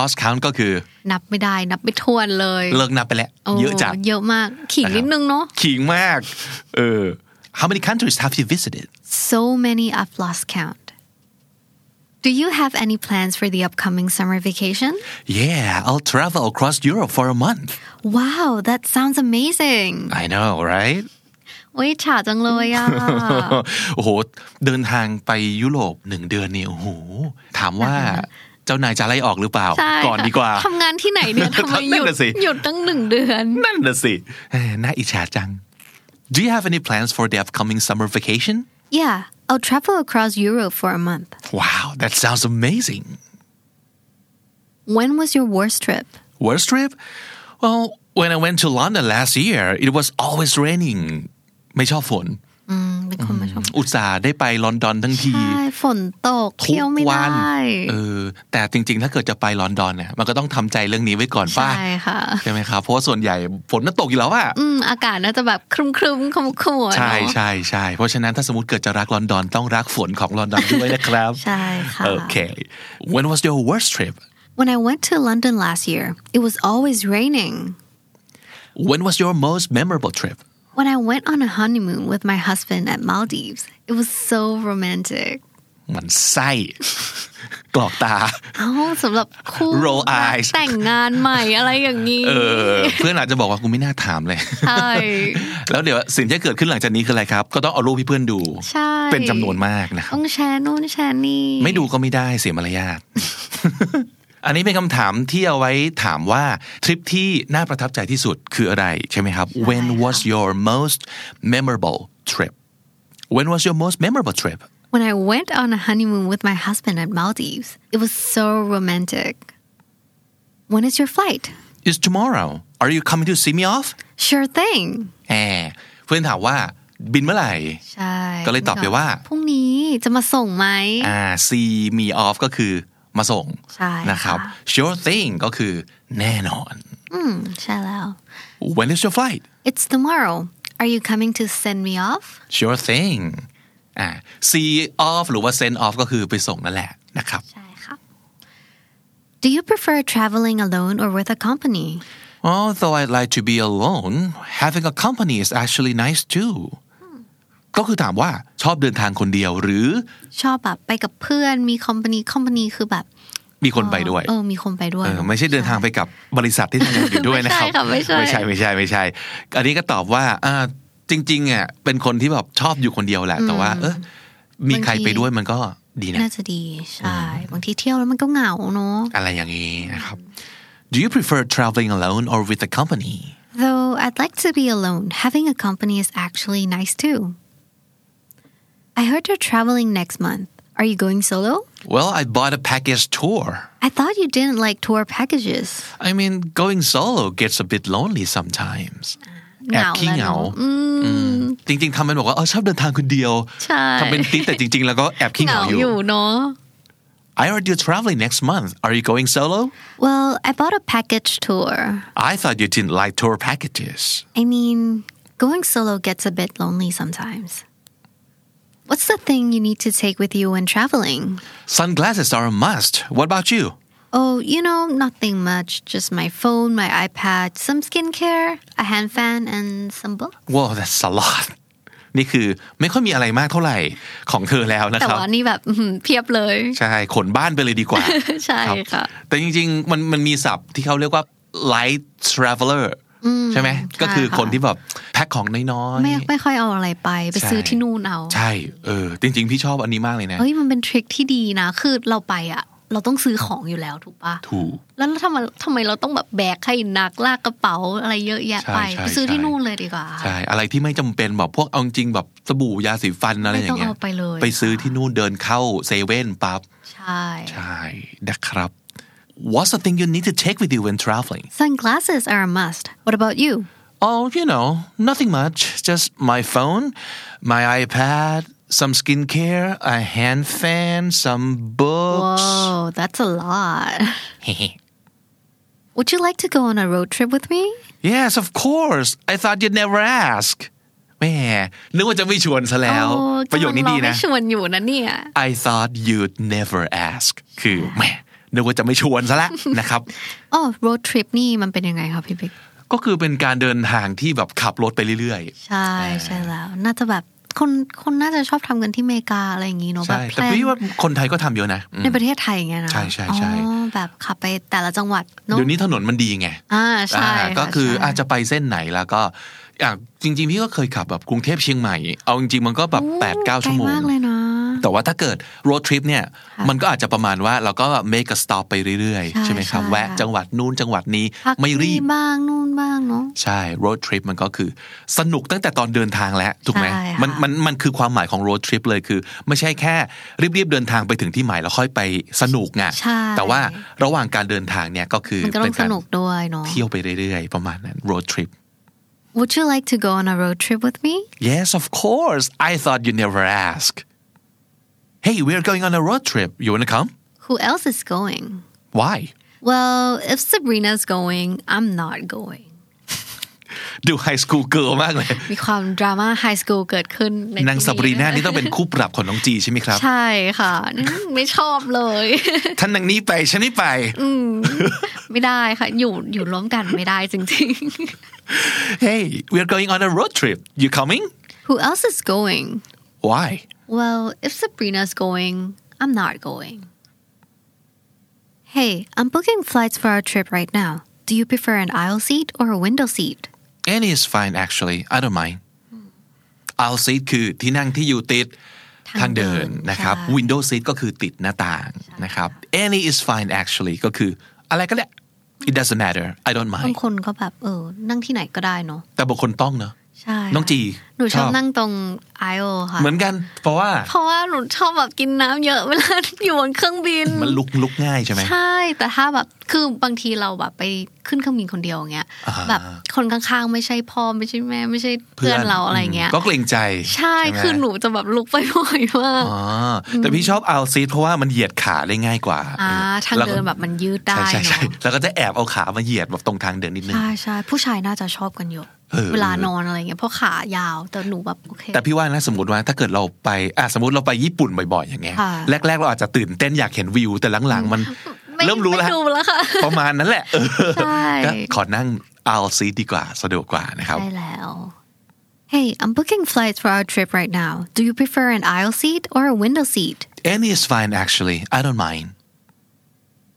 Speaker 1: Lost count ก็คือ
Speaker 2: นับไม่ได้นับไม่ทวนเลย
Speaker 1: เลิกนับไปแล้ว
Speaker 2: โอ้
Speaker 1: เยอะจัด
Speaker 2: เยอะมาก ขิงนิดนึงเนาะ
Speaker 1: ขิงมากเออ How many countries have you visited
Speaker 2: so many I've lost count Do you have any plans for the upcoming summer vacation?
Speaker 1: Yeah I'll travel across Europe for a month
Speaker 2: Wow, that sounds amazing.
Speaker 1: I know right
Speaker 2: โอ้ยฉาจังเลยอ่ะ
Speaker 1: *laughs* โอ้โห เดินทางไปยุโรปหนึ่งเดือนนี่โอ้โห ถามว่าเจ้านายจะไล่ออกหรือเปล่า
Speaker 2: ใช่
Speaker 1: ก่อนดีกว่า
Speaker 2: ทำงานที่ไหนเนี่ยทำไมหยุ
Speaker 1: *laughs*
Speaker 2: ด
Speaker 1: นั่นน่ะสิ
Speaker 2: หยุดตั้งหนึ่งเดือน
Speaker 1: นั่นน่ะสิเอ้ยน่าอิจฉาจัง Do you have any plans for the upcoming summer vacation
Speaker 2: Yeah, I'll travel across Europe for a month.
Speaker 1: Wow that sounds amazing
Speaker 2: When was your worst trip?
Speaker 1: Worst trip? Well, when I went to London last year, it was always raining. ไม่ชอบฝน
Speaker 2: เป็นคนไม่ชอบ
Speaker 1: อุตส่าห์ได้ไปลอนดอนทั้งที
Speaker 2: ใช่ฝนตก
Speaker 1: ทุ
Speaker 2: เที่ยว
Speaker 1: ก
Speaker 2: ไม่
Speaker 1: วั
Speaker 2: ได้
Speaker 1: นเออ แต่จริง ๆ ถ้าเกิดจะไปลอนดอนเนี่ยมันก็ต้องทำใจเรื่องนี้ไว้ก่อนป่ะ
Speaker 2: ใช่ค่ะ
Speaker 1: ใช่ไหมครับเพราะว่าส่วนใหญ่ฝนน่ะตกอยู่แล้วอะ
Speaker 2: อืมอากาศน่าจะแบบครึมครึมๆขมุกขมัวเนอะ
Speaker 1: ใช่ใช่ใช่เพราะฉะนั้นถ้าสมมติเกิดจะรักลอนดอนต้องรักฝนของลอนดอนด้วยนะครับ
Speaker 2: ใช่ค่ะ
Speaker 1: Okay when was your worst trip
Speaker 2: When I went to London last year it was always raining
Speaker 1: when was your most memorable trip
Speaker 2: When I went on a honeymoon with my husband at Maldives it was so romantic
Speaker 1: หมันไส้ *laughs* กรอก
Speaker 2: *laughs*
Speaker 1: ตา
Speaker 2: เอ้าสำหรับคู่
Speaker 1: Roll eyes
Speaker 2: แต่งงานใหม่อะไรอย่างนี้
Speaker 1: เออ เพื่อนอาจจะบอกว่ากูไม่น่าถามเลย *laughs*
Speaker 2: ใช่
Speaker 1: แล้วเดี๋ยวสิ่งที่จะเกิดขึ้นหลังจากนี้คืออะไรครับ ก็ต้องเอารูปให้เพื่อนดู
Speaker 2: ใช่
Speaker 1: เป็นจำนวนมากนะครับ
Speaker 2: ต้องแชร์นู่นแชร์นี่
Speaker 1: ไม่ดูก็ไม่ได้เสียมารยาท *laughs* อันนี้เป็นคำถามที่เอาไว้ถามว่า ทริปที่น่าประทับใจที่สุดคืออะไรใช่ไหมครับ When was your most memorable trip When was your most memorable trip
Speaker 2: When I went on a honeymoon with my husband at Maldives, it was so romantic. When is your flight?
Speaker 1: Is tomorrow Are you coming to see me off
Speaker 2: Sure thing.
Speaker 1: แหมเพื่อนถามว่าบินเมื่อไหร่ *laughs*
Speaker 2: ใช่
Speaker 1: ก็เลยตอบไปว่า
Speaker 2: พรุ่งนี้จะมาส่งไหม
Speaker 1: อ่า see me off ก็คือมาส่ง
Speaker 2: ใช่
Speaker 1: นะครับ
Speaker 2: ค่ะ
Speaker 1: sure thing ก็คือแน่นอน
Speaker 2: อืมใช่แล้ว
Speaker 1: when is your flight
Speaker 2: It's tomorrow. Are you coming to send me off?
Speaker 1: sure thing อ่า see off หรือว่า send off ก็คือไปส่งนั่นแหละนะครับ
Speaker 2: ใช่ครับ Do you prefer traveling alone or with a company?
Speaker 1: although I'd like to be alone having a company is actually nice too ก็คือถามว่าชอบเดินทางคนเดียวหรือ
Speaker 2: ชอบแบบไปกับเพื่อนมี company company คือแบบ
Speaker 1: มีคนไปด้วย
Speaker 2: เออมีคนไปด้วย
Speaker 1: เออไม่ใช่เดินทางไปกับบริษัทที่ทำงานอยู่ด้วยนะครับ
Speaker 2: ไม่ใช่ค่ะไม่
Speaker 1: ไม่ใช่ไม่
Speaker 2: ใช่
Speaker 1: ใช่ไม่ใช่ อันนี้ก็ตอบว่าอ่าจริงๆอ่ะเป็นคนที่แบบชอบอยู่คนเดียวแหละ แต่ว่า เออมีใครไปด้วยมันก็ดีนะ
Speaker 2: น่าจะดีใช่บางทีเที่ยวแล้วมันก็เหงาเนอะ
Speaker 1: อะไรอย่างนี้นะครับ Do you prefer traveling alone or with a company
Speaker 2: Though I'd like to be alone, having a company is actually nice too. I heard you're traveling next month. Are you going solo?
Speaker 1: Well I bought a package tour
Speaker 2: I thought you didn't like tour packages.
Speaker 1: I mean going solo gets a bit lonely sometimes แอบขี้เหงา
Speaker 2: Mm,
Speaker 1: อืมจริงๆทำเป็นบอกว่าเออชอบเดินทางคนเดียว *laughs*
Speaker 2: ใช่
Speaker 1: ทำเป็นติ๊ดแต่จริง ๆ แล้วก็แอบขี้เหงาอยู่
Speaker 2: เหงาอยู่เนอะ
Speaker 1: I heard you're traveling next month. Are you going solo?
Speaker 2: Well, I bought a package tour.
Speaker 1: I thought you didn't like tour packages.
Speaker 2: I mean, going solo gets a bit lonely sometimes. What's the thing you need to take with you when traveling?
Speaker 1: Sunglasses are a must. What about you?
Speaker 2: Oh, you know, nothing much. Just my phone, my iPad, some skincare, a hand fan, and some books.
Speaker 1: Whoa, that's a lot. *laughs* นี่คือไม่ค่อยมีอะไรมากเท่าไหร่ของเธอแล้วนะ
Speaker 2: แต่
Speaker 1: ครับ
Speaker 2: ว่านี่แบบ *laughs* อื้อหือเพียบเลย
Speaker 1: ใช่ ขนบ้านไปเลยดีกว่า *laughs*
Speaker 2: ใช่ค่ะ
Speaker 1: แต่จริงๆ มันมันมีศัพท์ที่เขาเรียกว่า light traveler ใช่ไหม ก็คือคนที่แบบแพ็คของน้อยๆ
Speaker 2: ไม่ไม่ค่อยเอาอะไรไป ไป
Speaker 1: ใช่
Speaker 2: ซื้อที่นู่นเอา
Speaker 1: ใช่ เออ จริงๆ พี่ชอบอันนี้มากเลยนะ
Speaker 2: เฮ้ยมันเป็นทริคที่ดีนะ คือเราไปอ่ะ เราต้องซื้อของอยู่แล้วถูกปะ
Speaker 1: ถูก
Speaker 2: แล้วทำไมทำไมเราต้องแบบแบกให้หนักลากกระเป๋าอะไรเยอะแยะไป
Speaker 1: ใช่ใช่
Speaker 2: ไปซื้อที่
Speaker 1: ใช่
Speaker 2: นู่นเลยดีกว่า
Speaker 1: ใช่ อะไรที่ไม่จำเป็นแบบพวกเอาจริงแบบสบู่ยาสีฟันอะไรอย่างเงี้ย
Speaker 2: ไม่ต้องเอาไปเลย
Speaker 1: ไปซื้อที่นู่นเดินเข้าเซเว่นปั๊บ
Speaker 2: ใช่
Speaker 1: ใช่นะครับ What's the thing you need to take with you when traveling?
Speaker 2: Sunglasses are a must. What about you?
Speaker 1: Oh, you know, nothing much. Just my phone, my iPad, some skincare, a hand fan, some books.
Speaker 2: Whoa, that's a lot. Would you like to go on a road trip with me?
Speaker 1: *laughs* yes, of course. I thought you'd never ask. แหม่นึกว่าจะไม่ชวนซะแล้ว
Speaker 2: โอ้
Speaker 1: ประโยคนี้ดี
Speaker 2: กำลังรอให้
Speaker 1: นะ
Speaker 2: ชวนอยู่นะเนี่ย
Speaker 1: I thought you'd never ask คือแหม่นึกว่าจะไม่ชวนซะ
Speaker 2: *laughs*
Speaker 1: แล้ว นะครับ
Speaker 2: อ๋อ road trip นี่มันเป็นยังไงคะพี่บิ๊ก
Speaker 1: ก็คือเป็นการเดินทางที่แบบขับรถไปเรื่อย
Speaker 2: ใช่ใช่แล้ว น่าจะแบบคนคนน่าจะชอบทำกันที่อเมริกาอะไรอย่างนี้เน
Speaker 1: ๆ
Speaker 2: อะแบ
Speaker 1: ใช่
Speaker 2: บแพ
Speaker 1: แต่
Speaker 2: ลน
Speaker 1: พี่ว่าคนไทยก็ทำเยอะนะอืม
Speaker 2: ในประเทศไทยอย่างเงี้ยนะ
Speaker 1: ใช่ใช่ใช่
Speaker 2: อ๋อแบบขับไปแต่ละจังหวัดเนอะ
Speaker 1: เดี๋ยวนี้ถนนมันดีไง
Speaker 2: อ่าใช่
Speaker 1: อ่า
Speaker 2: ะ
Speaker 1: ก็คืออาจ
Speaker 2: ใช่
Speaker 1: จะไปเส้นไหนแล้วก็อ่ะจริงๆ พี่ก็เคยขับแบบกรุงเทพเชียงใหม่ เอาจริงๆ มันก็แบบ8ปดเก้า
Speaker 2: ไกล
Speaker 1: ชั่วโมง
Speaker 2: มากเลยนะ
Speaker 1: แต่ว่าถ้าเกิด road trip เนี่ย มันก็อาจจะประมาณว่าเราก็ make a stop ไปเรื่อย
Speaker 2: ใช่
Speaker 1: ๆ ใช่ไหมครับ
Speaker 2: ใช่
Speaker 1: แวะจังหวัดนู้นจังหวัดนี้
Speaker 2: พัก
Speaker 1: ไม่รีบ
Speaker 2: นี่บ้างนู่นบ้างเนาะ
Speaker 1: ใช่ road trip มันก็คือสนุกตั้งแต่ตอนเดินทางแล้ว ถูกไหม
Speaker 2: ใช่ค่ะ
Speaker 1: มันมันมันคือความหมายของ road trip เลยคือ ไม่ใช่แค่รีบๆ เดินทางไปถึงที่หมายแล้วค่อยไปสนุกไง
Speaker 2: ใช่
Speaker 1: แต่ว่าระหว่างการเดินทางเนี่ยก็คือ
Speaker 2: มันก็ต้
Speaker 1: เป็
Speaker 2: อน งส
Speaker 1: การ
Speaker 2: นุกด้วยเนาะ
Speaker 1: เที่ยวไปเรื่อยๆ ประมาณนั้น road trip
Speaker 2: Would you like to go on a road trip with me
Speaker 1: Yes, of course. I thought you'd never ask. Hey, we're going on a road trip. You want to come?
Speaker 2: Who else is going
Speaker 1: Why?
Speaker 2: Well if Sabrina's going I'm not going
Speaker 1: ดูไฮสคูลเกิร์ลมากเลย
Speaker 2: มีความดราม่าไฮสคูลเกิดขึ้นใน
Speaker 1: นาง
Speaker 2: ที่
Speaker 1: สับรีน่านี่ต้องเป็นคู่ปรับของน้องจีใช่ไหมครับ
Speaker 2: ใช่ค่ะ ไม่ชอบเลย *laughs*
Speaker 1: ท่านนางนี้ไปฉันไม่ไป
Speaker 2: ไม่ได้ค่ะ อยู่อยู่ร่วมกันไม่ได้จริง
Speaker 1: Hey, we're going on a road trip. You coming?
Speaker 2: ๆ *laughs* Who else is going
Speaker 1: Why?
Speaker 2: Well if Sabrina's going I'm not going Hey I'm booking flights for our trip right now Do you prefer an aisle seat or a window seat
Speaker 1: Any is fine actually. I don't mind. Aisle seat คือที่นั่งที่อยู่ติดทา
Speaker 2: ทาง งเดิ
Speaker 1: เดิน
Speaker 2: น
Speaker 1: นะครับ
Speaker 2: ใช่
Speaker 1: Window seat ก็คือติดหน้าต่างนะครับ Any is fine actually ก็คืออะไรก็ได้ It doesn't matter. I don't
Speaker 2: บาง
Speaker 1: mind.
Speaker 2: คนก็แบบเออ นั่งที่ไหนก็ได้เนาะ
Speaker 1: แต่บางคนต้องเนอะ
Speaker 2: ใช่
Speaker 1: น้องจี
Speaker 2: หนูช
Speaker 1: ช
Speaker 2: อ
Speaker 1: อ
Speaker 2: บบ นั่งตรง aisle ค่ะ
Speaker 1: เหมือนกัน เพราะว่า
Speaker 2: เพราะว่าหนูชอบแบบกินน้ำเยอะเวลา *laughs* อยู่บนเครื่องบิน
Speaker 1: มันลุกลุกง่ายใช่ไหม
Speaker 2: ใช่ แต่ถ้าแบบ คือบางทีเราแบบไปขึ้นเครื่องบินคนเดียวอย่างเงี้ย
Speaker 1: อ่า
Speaker 2: แบบคนข้างๆ ไม่ใช่พ่อไม่ใช่แม่ ไม่ใช่เพื่อนเราอะไรเงี้ย
Speaker 1: ก็เกรงใจ
Speaker 2: ใช่
Speaker 1: ไม
Speaker 2: คือหนูจะแบบลุกไปบ่อยมาก
Speaker 1: อ๋อแต่พี่ชอบเอาซีทเพราะว่ามันเหยียดขาได้ง่ายกว่า
Speaker 2: อ่าทาง
Speaker 1: แล้วก็
Speaker 2: เดินแบบมันยืดได้
Speaker 1: ใช่ใช่ใช่
Speaker 2: เนาะ
Speaker 1: แล้วก็จะแอบเอาขามาเหยียดแบบตรงทางเดินนิดนึง
Speaker 2: ใช่ใช่ผู้ชายน่าจะชอบกันเยอะ
Speaker 1: เออ
Speaker 2: เวลานอนอะไรเงี้ยเพราะขายาวแต่หนูแบบโอเค
Speaker 1: แต่พี่ว่านะสมมติว่าถ้าเกิดเราไปอ่ะสมมติเราไปญี่ปุ่นบ่อยๆอย่างเงี้ย
Speaker 2: ค่ะ
Speaker 1: แรกๆเราอาจจะตื่นเต้นอยากเห็นวิว แต่หลังๆ มัน
Speaker 2: ไม่
Speaker 1: เริ่มรู้แล้ว
Speaker 2: ไดูแล้วค่ะ
Speaker 1: ประมาณนั้นแหละเออ
Speaker 2: ใช่
Speaker 1: ก็ขอนั่งเอาซีทดีกว่าสะดวกกว่านะครับ
Speaker 2: ได้แล้ว Hey I'm booking flights for our trip right now Do you prefer an aisle seat or a window seat
Speaker 1: Any is fine, actually. I don't mind.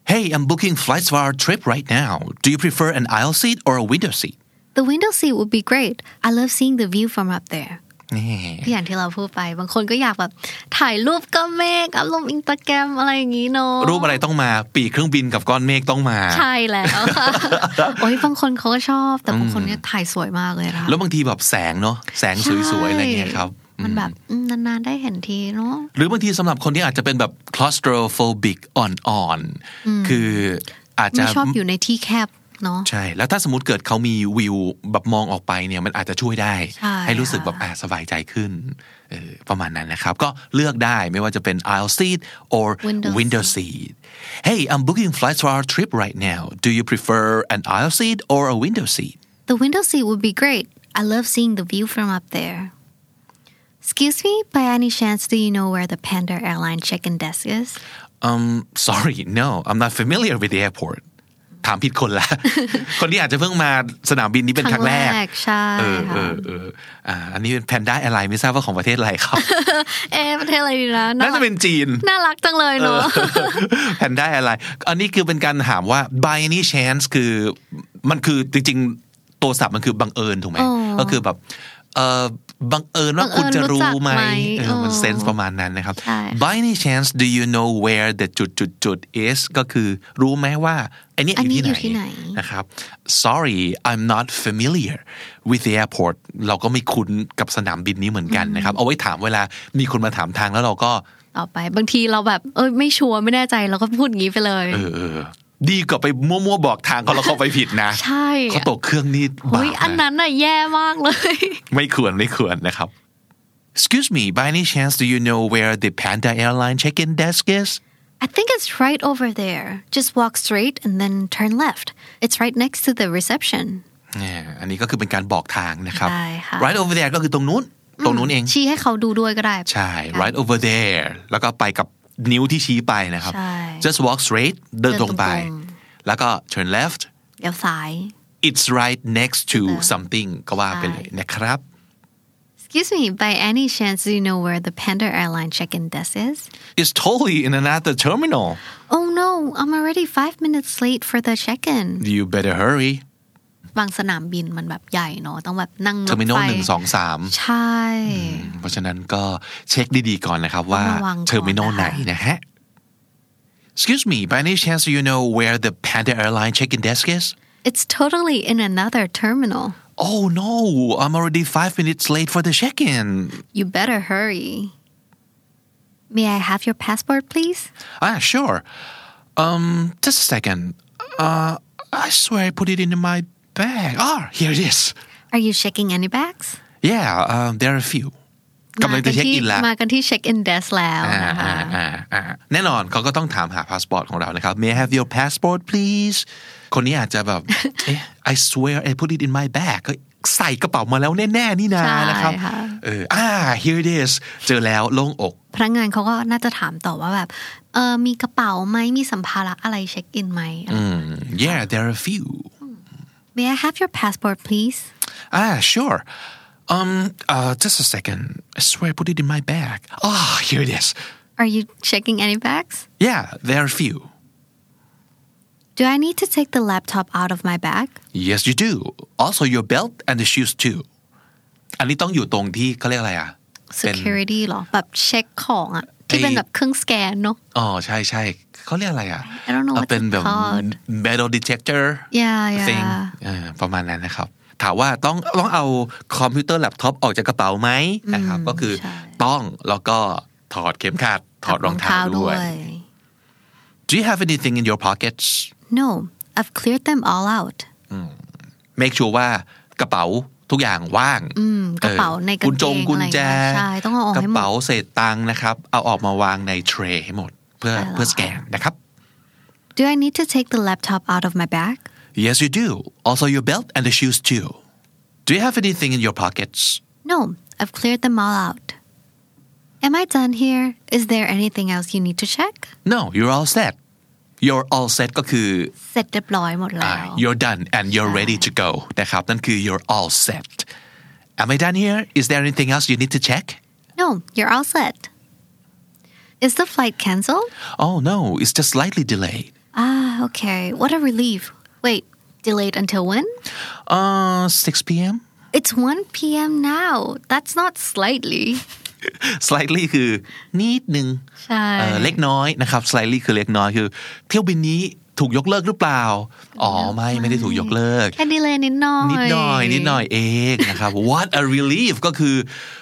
Speaker 1: Hey, I'm booking flights for our trip right now. Do you prefer an aisle seat or a window
Speaker 2: *laughs*
Speaker 1: seat?
Speaker 2: The window seat would be great I love seeing the view from up there
Speaker 1: นี่
Speaker 2: อย่างที่เราพูดไป บางคนก็อยากแบบ ถ่ายรูปก็เมกอัพลงอินสตาแกรมอะไรอย่างนี้เนาะ
Speaker 1: รูปอะไรต้องมา ปีกเครื่องบินกับก้อนเมฆต้องมา
Speaker 2: ใช่แล้ว
Speaker 1: *laughs*
Speaker 2: ค่ะ โอ้ยบางคนเขาก็ชอบ แต่บางคนเนี่ยถ่ายสวยมากเลยนะคะ
Speaker 1: แล้วบางทีแบบแสงเนาะแสงสวยๆ อะไรเงี้ยครับ
Speaker 2: ใช่มันแบบอืมนานๆได้เห็นทีเนาะ
Speaker 1: หรือบางทีสำหรับคนที่อาจจะเป็นแบบ claustrophobic อ่อนๆ คืออาจจะ
Speaker 2: ไม่ชอบอยู่ในที่แคบเนาะ
Speaker 1: ใช่ แล้วถ้าสมมติเกิดเขามีวิวแบบมองออกไปเนี่ยมันอาจจะช่วยได้
Speaker 2: ใช่
Speaker 1: ให้รู้สึกแบบอ่ะสบายใจขึ้นเออประมาณนั้นนะครับ ก็เลือกได้ไม่ว่าจะเป็น aisle seat or
Speaker 2: Window
Speaker 1: window seat Hey I'm booking flights for our trip right now Do you prefer an aisle seat or a window seat
Speaker 2: The window seat would be great. I love seeing the view from up there. Excuse me, by any chance, do you know where the Panda Airline check-in desk is?
Speaker 1: um Sorry no I'm not familiar with the airport ถามผิดคนละ คนที่อาจจะเพิ่งมาสนามบินนี้เป็นครั้งแรก
Speaker 2: ครั้งแรกใช่
Speaker 1: เออเออ
Speaker 2: ค่ะ
Speaker 1: เอออ่าอันนี้เป็นแพนด้าแอร์ไลน์ไม่ทราบว่าของประเทศอะไรครับ
Speaker 2: เอ๊ะประเทศอะไรดีนะ
Speaker 1: น่าจะเป็นจีน
Speaker 2: น่ารักจังเลยเนาะ
Speaker 1: *laughs* แพนด้าอะไร อันนี้คือเป็นการถามว่า by any chance คือมันคือจริงๆ ตัวศัพท์มันคือบังเอิญถูกไหม
Speaker 2: อ๋อ
Speaker 1: ก็คือแบบเออบังเอิญว่า
Speaker 2: บังเอิญ
Speaker 1: คุณจะรู้ไหม
Speaker 2: รู้จักไหม
Speaker 1: เออมัน
Speaker 2: อ๋อ
Speaker 1: เซนส์ประมาณนั้นนะครับ
Speaker 2: ใช่
Speaker 1: by any chance do you know where the จุดจุดจุดๆๆ is ก็คือรู้ไหมว่าไอเนี้ยอยู่ที่
Speaker 2: อันนี้อยู่ที่
Speaker 1: ไห
Speaker 2: ไห
Speaker 1: น
Speaker 2: น
Speaker 1: นะครับ sorry I'm not familiar with the airport เราก็ไม่คุ้นกับสนามบินนี้เหมือนกันนะครับ เอาไว้ถามเวลามีคนมาถามทางแล้วเราก็
Speaker 2: ต่อไปบางที *laughs* เราแบบเอ้ยไม่ชัวร์ไม่แน่ใจเราก็พูดอย่างนี้ไปเลย
Speaker 1: เออเออดีกว่าไปมั่วๆบอกทางเขาแล้วเขาไปผิดนะ
Speaker 2: ใช่
Speaker 1: เขาตกเครื่องนี่บา
Speaker 2: เฮ้ยอั
Speaker 1: ป
Speaker 2: น
Speaker 1: นะ
Speaker 2: นั้นน่ะแย่มากเลย
Speaker 1: ไม่ควรไม่ควรนะครับ Excuse me by any chance do you know where the Panda Airline check-in desk is
Speaker 2: *laughs* I think it's right over there. Just walk straight and then turn left. It's right next to the reception.
Speaker 1: เนี่ยอันนี้ก็คือเป็นการบอกทางนะครับ
Speaker 2: ได้ค่ะ
Speaker 1: right over there ก็คือตรงนู้น ตรงนู้นเอง
Speaker 2: ชี้ให้เขาดูด้วยก็ได้
Speaker 1: ใช่ right over there แล้วก็ไปกับนิ้วที่ชี้ไปนะครับ
Speaker 2: ใช่
Speaker 1: just walk straight เดินตรงไป
Speaker 2: เดินตรง
Speaker 1: แล้วก็ turn left
Speaker 2: เดี๋ยวซ้าย
Speaker 1: it's right next to something ก็ว่าไปเลยนะครับ
Speaker 2: Excuse me, by any chance, do you know where the Panda Airline check-in desk is?
Speaker 1: it's totally in another terminal
Speaker 2: Oh no, I'm already five minutes late for the check-in.
Speaker 1: You better hurry.
Speaker 2: บางสนามบินมันแบบใหญ่เนอะต้องแบบนั่งร
Speaker 1: เท
Speaker 2: ถ
Speaker 1: อร์มินอล
Speaker 2: ไฟ
Speaker 1: หนึ่งสองสาม
Speaker 2: ใช่
Speaker 1: เพราะฉะนั้นก็เช็คดีๆก่อนนะครับว่า
Speaker 2: ระวังก่อนนะคะ
Speaker 1: เทอร์มินอลไหนนะฮะ Excuse me by any chance do you know where the Panda Airline check-in desk is
Speaker 2: It's totally in another terminal.
Speaker 1: Oh no I'm already five minutes late for the check-in
Speaker 2: You better hurry. May I have your passport, please?
Speaker 1: Ah sure um just a second uh I swear I put it in my bag ah here it is
Speaker 2: Are you checking any bags?
Speaker 1: yeah um, there are a few กำลังจะเช็คอินแล้ว
Speaker 2: มากันที่เช็คอินเดสแล้วนะคะ
Speaker 1: อ่าอ่าแน่นอนเขาก็ต้องถามหาพาสปอร์ตของเรานะครับ May I have your passport please คนนี้อาจจะ
Speaker 2: *laughs*
Speaker 1: แบบ เอ๊ะ I swear I put it in my bag ก็ใส่กระเป๋ามาแล้วแน่ๆนี่นา
Speaker 2: ใช่
Speaker 1: นะครับ
Speaker 2: ค่ะ
Speaker 1: เอออ่า here it is เจอแล้วโล่งอก
Speaker 2: พนักงานเขาก็น่าจะถามต่อว่าแบบเออมีกระเป๋าไหมมีสัมภาระอะไรเช็คอินไหม
Speaker 1: yeah there are a few
Speaker 2: May I have your passport please
Speaker 1: ah sure um uh just a second I swear I put it in my bag ah here it is
Speaker 2: Are you checking any bags
Speaker 1: yeah there are a few
Speaker 2: Do I need to take the laptop out of my bag
Speaker 1: yes you do also your belt and the shoes too อันนี้ต้องอยู่ตรงที่เขาเรียกอะไรอ่ะเป็น
Speaker 2: Security เหรอแบบเช็คของอะที่เป็นแบบเครื่องสแกนเนาะ
Speaker 1: อ๋อใช่ใช่เขาเรียกอะไรอ่ะ
Speaker 2: I don't know
Speaker 1: อ่ะ
Speaker 2: what
Speaker 1: เป็น
Speaker 2: it's
Speaker 1: แบบ
Speaker 2: called
Speaker 1: metal detector
Speaker 2: Yeah, yeah.
Speaker 1: thing เออประมาณนั้นนะครับ ถามว่าต้องต้องเอาคอมพิวเตอร์แล็ปท็อปออกจากกระเป๋าไหมนะครับ ก็คือ
Speaker 2: ใช่
Speaker 1: ต้องแล้วก็ถอดเข็มขัดถอดรองเท้าด้วย Do you have anything in your pockets
Speaker 2: No I've cleared them all out
Speaker 1: make sure ว่ากระเป๋าทุกอย่างว่าง
Speaker 2: กระเป๋า
Speaker 1: ออ
Speaker 2: ในกางเกง
Speaker 1: กุญจงกุญแจ
Speaker 2: อะไรอย่างเงี้ยใช่ต้องเอาออก
Speaker 1: กระ
Speaker 2: ให้หมด
Speaker 1: เป๋าเศษตังค์นะครับ เอาออกมาวางในเทรให้หมดเพื่อเพื่อสแกนนะครับ
Speaker 2: Do I need to take the laptop out of my bag
Speaker 1: Yes, you do. Also, your belt and the shoes, too. Do you have anything in your pockets?
Speaker 2: No, I've cleared them all out. Am I done here? Is there anything else you need to check?
Speaker 1: No, you're all set. You're all set ก็คือ
Speaker 2: เสร็จเรียบร้อยหมด
Speaker 1: อ่า
Speaker 2: แล้ว
Speaker 1: you're done and you're ready to go นะครับนั่นคือ you're all set Am I done here? Is there anything else you need to check?
Speaker 2: No, you're all set. Is the flight canceled?
Speaker 1: Oh no, it's just slightly delayed.
Speaker 2: Ah, okay. What a relief. Wait, delayed until when?
Speaker 1: Uh, 6 p.m.
Speaker 2: It's 1 p.m. now. That's not
Speaker 1: *laughs*
Speaker 2: slightly.
Speaker 1: Slightly คือนิดนึง
Speaker 2: ใช่
Speaker 1: เอ่อเล็กน้อยนะครับ slightly คือเล็กน้อยคือ เที่ยวบินนี้ถูกยกเลิกหรือเปล่า อ๋อไม่ไม่ได้ถูกยกเลิก
Speaker 2: แค่ดีเลยนิดหน่อย
Speaker 1: นิดหน่อยนิดหน่อยเองนะครับ What a relief ก็คือ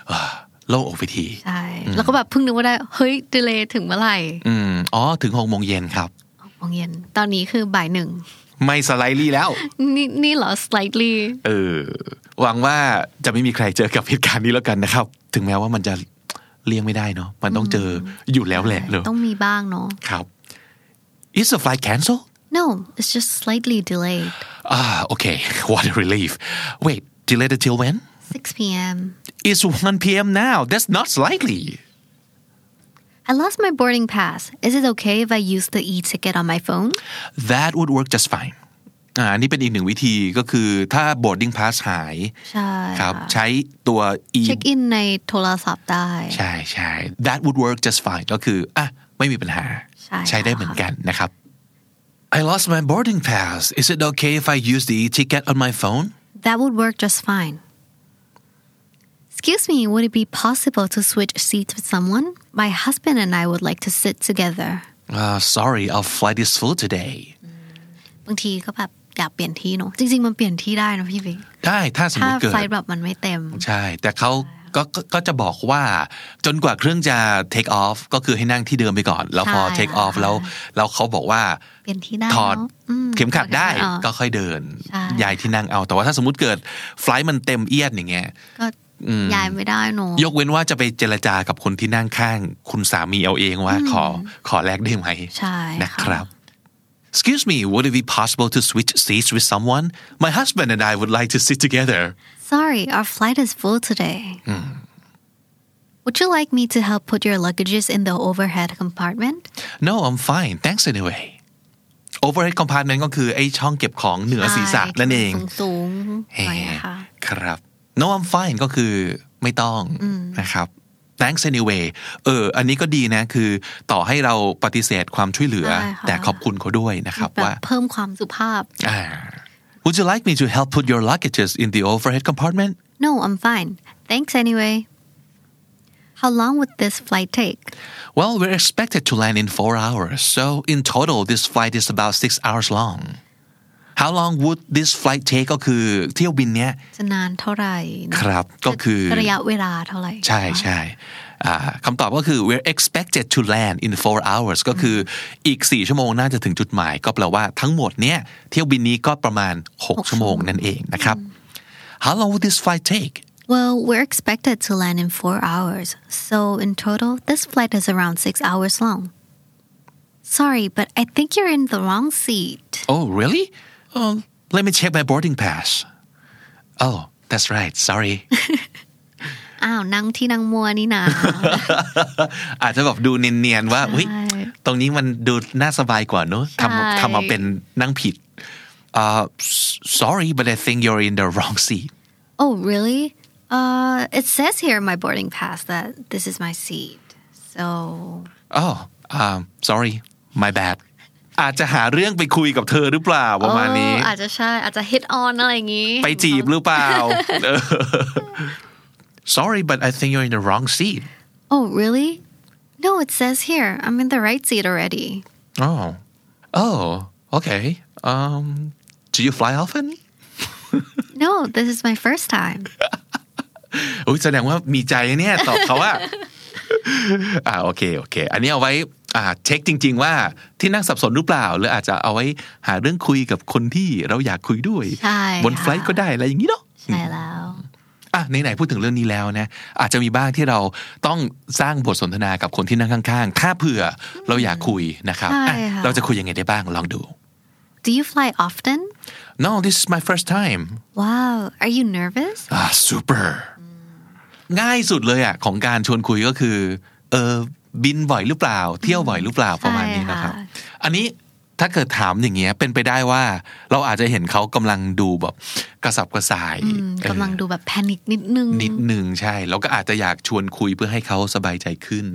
Speaker 1: เอ่อโล่งอกไปที
Speaker 2: ใช่ แล้วก็แบบเพิ่งนึกว่าได้ เฮ้ยดีเลยถึงเมื่อไหร่
Speaker 1: อืมอ๋อ ถึงหกโมงเย็นครับ
Speaker 2: โมงเย็นตอนนี้คือบ่ายหนึ่ง
Speaker 1: ไม่สไลด์ลี่แล้ว
Speaker 2: นี่นี่เหรอ slightly
Speaker 1: เออ หวังว่าจะไม่มีใครเจอกับเหตุการณ์นี้แล้วกันนะครับ ถึงแม้ว่ามันจะเลี่ยงไม่ได้เนาะมันต้องเจออยู่แล้วแหละเนอะ
Speaker 2: ต้องมีบ้างเนาะ
Speaker 1: ครับ Is the flight canceled?
Speaker 2: No, it's just slightly delayed.
Speaker 1: Ah, okay. What a relief. Wait, delayed until when?
Speaker 2: 6 p.m.
Speaker 1: It's 1 p.m. now. That's not slightly.
Speaker 2: I lost my boarding pass. Is it okay if I use the e ticket on my phone?
Speaker 1: that would work just fine อ่าอันนี้เป็นอีกหนึ่งวิธีก็คือถ้า boarding pass หาย
Speaker 2: ใช่
Speaker 1: ครับใช้ตัว e
Speaker 2: เช็คอินในโทรศัพท์ได้
Speaker 1: ใช่ใช่ that would work just fine ก็คืออ่ะไม่มีปัญหา
Speaker 2: ใช่
Speaker 1: ได้
Speaker 2: ค่ะ
Speaker 1: เหมือนกันนะครับ I lost my boarding pass is it okay if I use the ticket on my phone
Speaker 2: That would work just fine. Excuse me, would it be possible to switch seats with someone? My husband and I would like to sit together.
Speaker 1: uh, sorry our flight is full today
Speaker 2: บางทีก็แบบอยากเปลี่ยนที่เนอะจริง ๆ มันเปลี่ยนที่ได้นะพี่บิ๊ก
Speaker 1: ได้ถ้าสมม
Speaker 2: ถ้า
Speaker 1: ติเกิ
Speaker 2: ไฟ
Speaker 1: ด
Speaker 2: ล์แบบมันไม่เต็ม
Speaker 1: ใช่ แต่เขาก็ก็ก็จะบอกว่าจนกว่าเครื่องจะ take off ก็คือให้นั่งที่เดิมไปก่อน แล้วพอ
Speaker 2: ใช่
Speaker 1: take
Speaker 2: ค่ะ
Speaker 1: off แล้วแล้วเขาบอกว่า
Speaker 2: เปลี่ยนที่ได้
Speaker 1: ถอด
Speaker 2: เนอะม
Speaker 1: เข็มขัดได้ก็ค่อยเดิน
Speaker 2: ใช่
Speaker 1: ย้ายที่นั่งเอา แต่ว่าถ้าสมมติเกิดไฟล์มันเต็มเอียดอย่างเงี้ย
Speaker 2: ก็ย้ายไม่ได้เนอะ
Speaker 1: ยกเว้นว่าจะไปเจรจากับคนที่นั่งข้าง คุณสามีเอาเองว่าขอขอแลกได้ไหม
Speaker 2: ใช่ค่ะ
Speaker 1: นะครับ Excuse me, would it be possible to switch seats with someone? My husband and I would like to sit together.
Speaker 2: Sorry, our flight is full today. Would you like me to help put your luggages in the overhead compartment?
Speaker 1: No, I'm fine. Thanks anyway. Overhead compartment ก็คือไอ้ช่องเก็บของเหนือศีรษะนั่นเอง
Speaker 2: สูงๆหน่อยค่ะ
Speaker 1: ครับ no I'm fine ก็คือไม่ต้องนะครับ thanks anyway เออ อันนี้ก็ดีนะ คือต่อให้เราปฏิเสธความช่วยเหลือ
Speaker 2: ใช่ค่ะ
Speaker 1: แต่ขอบคุณเขาด้วยนะครับ
Speaker 2: แบบ
Speaker 1: ว่า
Speaker 2: เพิ่มความสุภาพ
Speaker 1: อ่า Would you like me to help put your luggages in the overhead compartment?
Speaker 2: No, I'm fine. Thanks anyway. How long would this flight take?
Speaker 1: Well, we're expected to land in four hours, so in total, this flight is about six hours long. How long would this flight take? ก็คือเที่ยวบินเนี้ย
Speaker 2: จะนานเท่าไหร่นะครับ
Speaker 1: ก็คือ
Speaker 2: จะระยะเวลาเท่าไหร่
Speaker 1: ใช่ใช่อ่าคำตอบก็คือ we're expected to land in four hours ก็คืออีก 4 ชั่วโมงน่าจะถึงจุดหมาย ก็แปลว่าทั้งหมดเนี่ยเที่ยวบินนี้ก็ประมาณ 6 ชั่วโมงนั่นเองนะครับ How long would this flight take
Speaker 2: Well, we're expected to land in four hours, so in total, this flight is around six hours long. Sorry, but I think you're in the wrong seat.
Speaker 1: Oh really oh, Let me check my boarding pass Oh that's right *laughs* sorry
Speaker 2: อ้าวนั่งที่นั่งมัวนี่นะ
Speaker 1: อาจจะแบบดูเนียนๆว่าเฮ้ยตรงนี้มันดูน่าสบายกว่าเนอะ
Speaker 2: ใช่
Speaker 1: ทำทำมาเป็นนั่งผิดอ่า sorry but I think you're in the *laughs* wrong seat
Speaker 2: Oh, really? Uh, it says here in my boarding pass that this is my seat. So,
Speaker 1: oh um, sorry my bad อาจจะหาเรื่องไปคุยกับเธอหรือเปล่าประมาณนี้
Speaker 2: อาจจะใช่อาจจะ hit on อะไรอย่างงี้
Speaker 1: ไปจีบหรือเป
Speaker 2: *laughs*
Speaker 1: ล่า *laughs* เออ sorry but I think you're in the wrong seat
Speaker 2: Oh, really? No, it says here. I'm in the right seat already.
Speaker 1: oh oh okay um do you fly often
Speaker 2: No, this is my first time.
Speaker 1: อุ้ยแสดงว่ามีใจนะเนี่ยตอบเขา
Speaker 2: *laughs*
Speaker 1: ว่า อ่าโอเคโอเค อันนี้เอาไว้อ่าเช็คจริง ๆ ว่าที่นั่งสับสนหรือเปล่า หรืออาจจะเอาไว้หาเรื่องคุยกับคนที่เราอยากคุยด้วย
Speaker 2: ใช่
Speaker 1: บน
Speaker 2: ค่ะ
Speaker 1: ไฟลท์ก็ได้อะไรอย่างนี้เนาะ
Speaker 2: ใช่แล้ว
Speaker 1: อ่ะไหนๆพูดถึงเรื่องนี้แล้วนะอาจจะมีบ้างที่เราต้องสร้างบทสนทนากับคนที่นั่งข้างๆ ถ้าเผื่อเราอยากคุยนะครับ
Speaker 2: ใช่
Speaker 1: อ่ะ
Speaker 2: ค่ะ
Speaker 1: เราจะคุยยังไงได้บ้างลองดู
Speaker 2: Do you fly often?
Speaker 1: No this is my first time
Speaker 2: Wow, are you nervous?
Speaker 1: อ่า super ง่ายสุดเลยอ่ะของการชวนคุยก็คือเออบินบ่อยหรือเปล่า เที่ยวบ่อยหรือเปล่าประมาณนี้นะครับ
Speaker 2: ใช่ค่ะ
Speaker 1: อันนี้ถ้าเกิดถามอย่างเงี้ยเป็นไปได้ว่า เราอาจจะเห็นเขากำลังดูแบบกระสับกระส่าย
Speaker 2: อืม
Speaker 1: เออ
Speaker 2: กำลังดูแบบแพนิคนิดนึง
Speaker 1: นิดหนึ่งใช่แล้วก็อาจจะอยากชวนคุยเพื่อให้เขาสบายใจขึ้น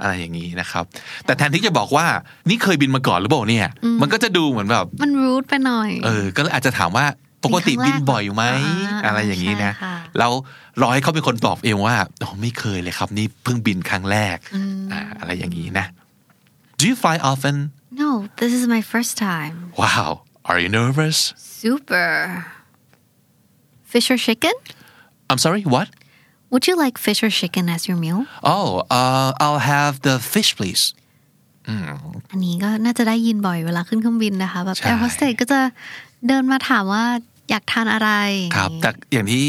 Speaker 1: อะไรอย่างนี้นะครับ แต่แทนที่จะบอกว่านี่เคยบินมาก่อนหรือเปล่าเนี่ย มันก็จะดูเหมือนแบบ
Speaker 2: มันรูทไปหน่อย
Speaker 1: เออก็อาจจะถามว่าปกติบินบ่อยไหม
Speaker 2: อ่า
Speaker 1: อะไรอย่างนี้นะ
Speaker 2: ใช่ค่ะ
Speaker 1: แล้วรอให้เขาเป็นคนตอบเองว่าอ๋อไม่เคยเลยครับ นี่เพิ่งบินครั้งแรกอ่าอะไรอย่างนี้นะ Do you fly often?
Speaker 2: No, this is my first time.
Speaker 1: Wow, are you nervous?
Speaker 2: Super. Fish or chicken?
Speaker 1: I'm sorry, what?
Speaker 2: Would you like fish or chicken as your meal?
Speaker 1: Oh, uh, I'll have the fish, please.
Speaker 2: อันนี้ก็น่าจะได้ยินบ่อยเวลาขึ้นเครื่องบินนะคะแบบ
Speaker 1: ใช่
Speaker 2: แอร์โฮสเตสก็จะเดินมาถามว่าอยากทานอะไร
Speaker 1: ครับแต่อย่างที่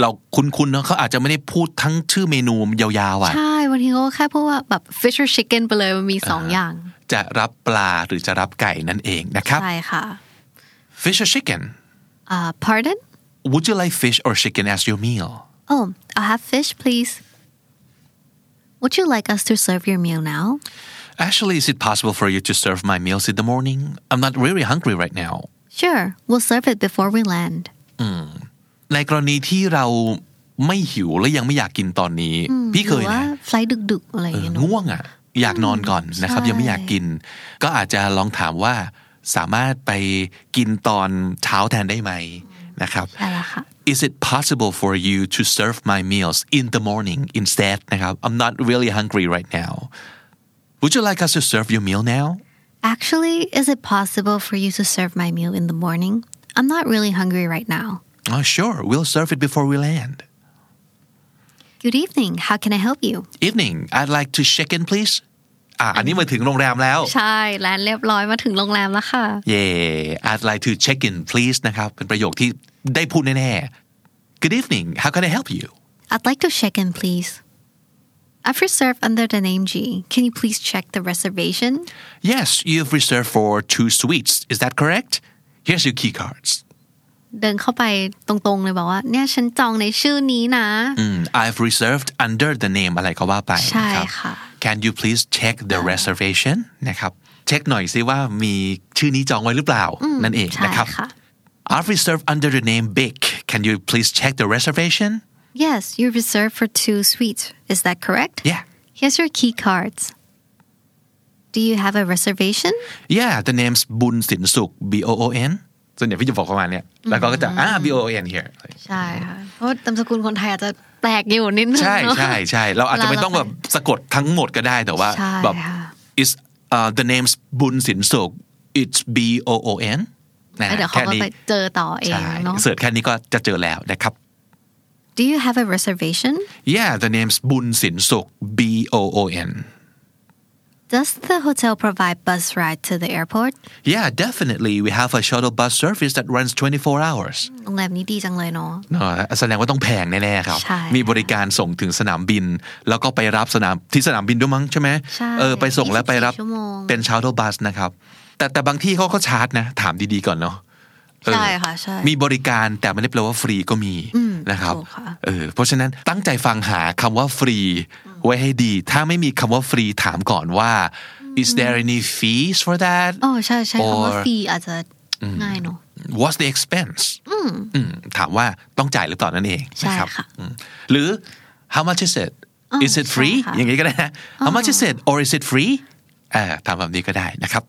Speaker 1: เราคุ้นๆเนาะเขาอาจจะไม่ได้พูดทั้งชื่อเมนูยาวๆอ่ะ
Speaker 2: ใช่บางทีก็แค่พูดว่าแบบ fish or chicken ไปเลยมันมีสองอย่าง
Speaker 1: จะรับปลาหรือจะรับไก่นั่นเองนะครับ
Speaker 2: ใช่ค่ะ
Speaker 1: fish or chicken
Speaker 2: อ่า pardon
Speaker 1: would you like fish or chicken as your meal
Speaker 2: oh I'll have fish please Would you like us to serve your meal now
Speaker 1: actually is it possible for you to serve my meals in the morning I'm not really hungry right now
Speaker 2: Sure we'll serve it before we land
Speaker 1: ในกรณีที่เราไม่หิวและยังไม่อยากกินตอนนี้ พี่เคย
Speaker 2: หรือว่า
Speaker 1: นะ
Speaker 2: ไฟล์ดึกๆอะไรอย่างเงี้ยเนอะ
Speaker 1: ง่วงอ่ะอยากนอนก่อนนะครับ
Speaker 2: ใช่
Speaker 1: ยังไม่อยากกิน ก็อาจจะลองถามว่าสามารถไปกินตอนเช้าแทนได้ไหมนะครับ
Speaker 2: ใช่ละค่ะ
Speaker 1: Is it possible for you to serve my meals in the morning instead นะครับ I'm not really hungry right now Would you like us to serve your meal now
Speaker 2: Actually is it possible for you to serve my meal in the morning I'm not really hungry right now
Speaker 1: Oh sure we'll serve it before we land
Speaker 2: Good evening how can I help you
Speaker 1: Evening I'd like to check in please อ่ะอันนี้มาถึงโรงแรมแล้ว
Speaker 2: ใช่แลนด์เรียบร้อยมาถึงโรงแรมแล้วค่ะ
Speaker 1: เย่ I'd like to check in please นะครับ เป็นประโยคที่ได้พูดแน่ๆ Good evening how can I help you
Speaker 2: I'd like to check in please I've reserved under the name G Can you please check the reservation
Speaker 1: Yes you've reserved for two suites is that correct Here's your key cards
Speaker 2: เดินเข้าไปตรงๆเลยบอกว่าเนี่ยฉันจองในชื่อนี้นะ
Speaker 1: อืม I've reserved under the name อะไรก็ว่าไป
Speaker 2: ใช่
Speaker 1: นะครับ
Speaker 2: ค่ะ
Speaker 1: Can you please check the reservation นะครับเช็คหน่อยซิว่ามีชื่อนี้จองไว้หรือเปล่า นั่นเอง
Speaker 2: ใช่
Speaker 1: นะครับ
Speaker 2: ค่ะ
Speaker 1: I've reserved under the name Big Can you please check the reservation
Speaker 2: Yes you reserved for two suites Is that correct
Speaker 1: Yeah
Speaker 2: Here's your key cards Do you have a reservation
Speaker 1: Yeah the name's Bun Sin Suk B O O N ส่วนใหญ่พี่จะบอกประมาณเนี้ยแล้วก็ก็จะอ่า B O N here
Speaker 2: ใช่ค่ะเพราะตามสกุลคนไทยอาจจะแปลกอยู่นิดนึง
Speaker 1: ใช่
Speaker 2: *laughs* เนอะ
Speaker 1: ใช่ใช่เราอาจจะไม่ต้องแบบสะกดทั้งหมดก็ได้แต่ว่า
Speaker 2: ใช่
Speaker 1: แบบ
Speaker 2: ค่ะ
Speaker 1: is uh, the name's บุญสินสุข it's B O O N นะ
Speaker 2: แล้วเดี๋ยวเขา
Speaker 1: แค่
Speaker 2: ก็
Speaker 1: นี้
Speaker 2: ไปเจอต่อเอง
Speaker 1: ใช่
Speaker 2: เนาะ
Speaker 1: เสิร์ชแค่นี้ก็จะเจอแล้วนะครับ
Speaker 2: Do you have a reservation
Speaker 1: yeah the name's บุญสินสุข B O O N
Speaker 2: Does the hotel provide bus ride to the airport
Speaker 1: yeah definitely we have a shuttle bus service that runs 24 hours
Speaker 2: โรงแรมนี้ดีจังเลยเนาะ
Speaker 1: เนอะแสดงว่าต้องแพงแน่ๆครับ
Speaker 2: ใช่
Speaker 1: มีบริการส่งถึงสนามบิน แล้วก็ไปรับสนามที่สนามบินด้วยมั้งใช่ไหม
Speaker 2: ใช่
Speaker 1: เออไปส่งแล้วไปรับ
Speaker 2: 24ชั่วโมง
Speaker 1: เป็นชา t เทบัสนะครับ แต่แต่บางที่เขาก็ชาร์จนะ ถามดีๆก่อนเนาะเออ
Speaker 2: ใช่ค่ะใช่
Speaker 1: มีบริการแต่ไม่ได้แปลว่าฟรีก็มีนะครับ
Speaker 2: ถูกค่ะ
Speaker 1: เออเพราะฉะนั้นตั้งใจฟังหาคำว่าฟรี ไว้ให้ดี ถ้าไม่มีคำว่าฟรีถามก่อนว่า is there any fees for that
Speaker 2: อ๋อใช่ใช่คำว่า
Speaker 1: Or-
Speaker 2: ฟรีอาจจะง่ายเนาะ
Speaker 1: what's the expense อืมถามว่าต้องจ่ายหรือเปล่านั่นเอง
Speaker 2: ใช่
Speaker 1: นรับ
Speaker 2: ค่ะ
Speaker 1: อืมหรือ how much is it
Speaker 2: อ๋อ
Speaker 1: is it free
Speaker 2: ใช่ค่ะ
Speaker 1: อย่างนี้ก็ได้นะ how much is it or is it free เอ่อถามแบบนี้ก็ได้นะครับ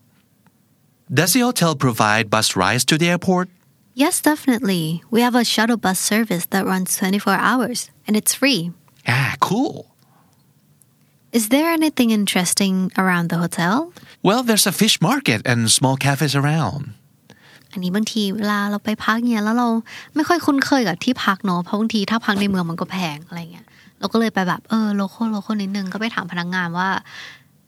Speaker 1: Does the hotel provide bus rides to the airport?
Speaker 2: Yes definitely we have a shuttle bus service that runs 24 hours and it's free
Speaker 1: Ah, cool.
Speaker 2: Is there anything interesting around the hotel
Speaker 1: Well, there's a fish market and small cafes around.
Speaker 2: อันนี้บางทีเวลาเราไปพักเนี่ยแล้วเราไม่ค่อยคุ้นเคยกับที่พักเนาะเพราะบางทีถ้าพักในเมืองมันก็แพงอะไรเงี้ยเราก็เลยไปแบบเออโลโก้โลโก้นิดนึงก็ไปถามพนักงานว่า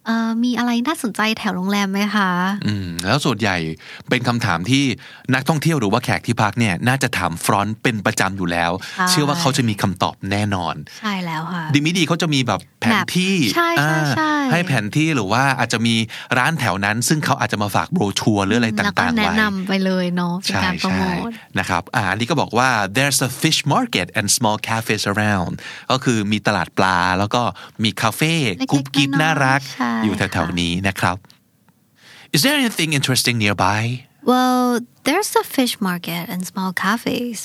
Speaker 2: เออมีอะไรน่าสนใจแถวโรงแรมไหมคะ
Speaker 1: อืมแล้วส่วนใหญ่เป็นคำถามที่นักท่องเที่ยวหรือว่าแขกที่พักเนี่ยน่าจะถามฟรอนต์เป็นประจำอยู่แล้ว
Speaker 2: ใช่
Speaker 1: เชื่อว่าเขาจะมีคำตอบแน่นอน
Speaker 2: ใช่แล้วค่ะ
Speaker 1: ดีมิดีเขาจะมีแบบแผนที่
Speaker 2: แบบใช่ใช่
Speaker 1: อ่า
Speaker 2: ใช่
Speaker 1: แผนที่หรือว่าอาจจะมีร้านแถวนั้น ซึ่งเขาอาจจะมาฝากโบรชัวร์หรืออะไร
Speaker 2: แล้วก็
Speaker 1: ต่างๆ
Speaker 2: แนะ
Speaker 1: ไว้
Speaker 2: นำไปเลยเนาะเป็น
Speaker 1: ใช่
Speaker 2: การโปร
Speaker 1: ใช่
Speaker 2: โมท
Speaker 1: นะครับอ่าอันนี้ก็บอกว่า there's a fish market and small cafes around ก็คือมีตลาดปลาแล้วก็มีคาเฟ่
Speaker 2: เล็กๆ
Speaker 1: กุ๊บกิ๊บ
Speaker 2: น้อยๆ
Speaker 1: น่ารัก
Speaker 2: ใช่
Speaker 1: อยู่
Speaker 2: ค่ะ
Speaker 1: แถวๆนี้นะครับ is there anything interesting nearby
Speaker 2: Well, there's a fish market and small cafes.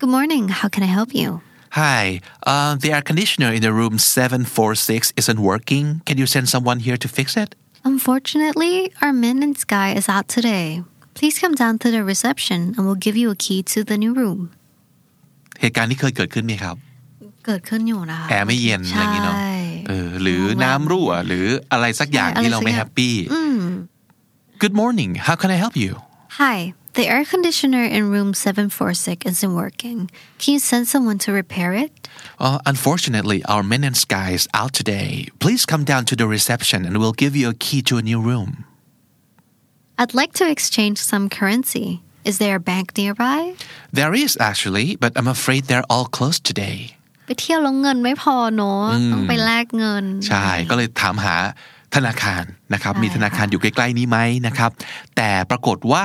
Speaker 2: Good morning. How can I help you?
Speaker 1: hi uh, the air conditioner in the room 746 isn't working can you send someone here to fix it
Speaker 2: Unfortunately, our maintenance guy is out today. Please come down to the reception and we'll give you a key to the new room.
Speaker 1: เหตุการณ์นี้เคยเกิดขึ้นไหมครับ
Speaker 2: เกิดขึ้นอยู่นะคะ
Speaker 1: แอร์ไม่เย็นอะไรอ
Speaker 2: ใช่
Speaker 1: ย่างนี้เนาะเออหรือน้ำรั่ว หรืออะไรสักอย่าง
Speaker 2: ใช่อะไร
Speaker 1: ที่เราไม่
Speaker 2: สัก
Speaker 1: แฮ
Speaker 2: อย่าง
Speaker 1: ปปี้ Good morning how can I help you
Speaker 2: Hi, the air conditioner in room 746 isn't working. Can you send someone to repair it?
Speaker 1: Uh, unfortunately our maintenance guy is out today please come down to the reception and we'll give you a key to a new room
Speaker 2: I'd like to exchange some currency. Is there a bank nearby?
Speaker 1: there is actually but I'm afraid they're all closed today
Speaker 2: ไปเที่ยวแลงเงินไม่พอเนอะต้องไปแลกเงิน
Speaker 1: ใช่ก็เลยถามหาธนาคารนะครับ มีธนาคารอยู่ใกล้ๆนี้ไหมนะครับ แต่ปรากฏว่า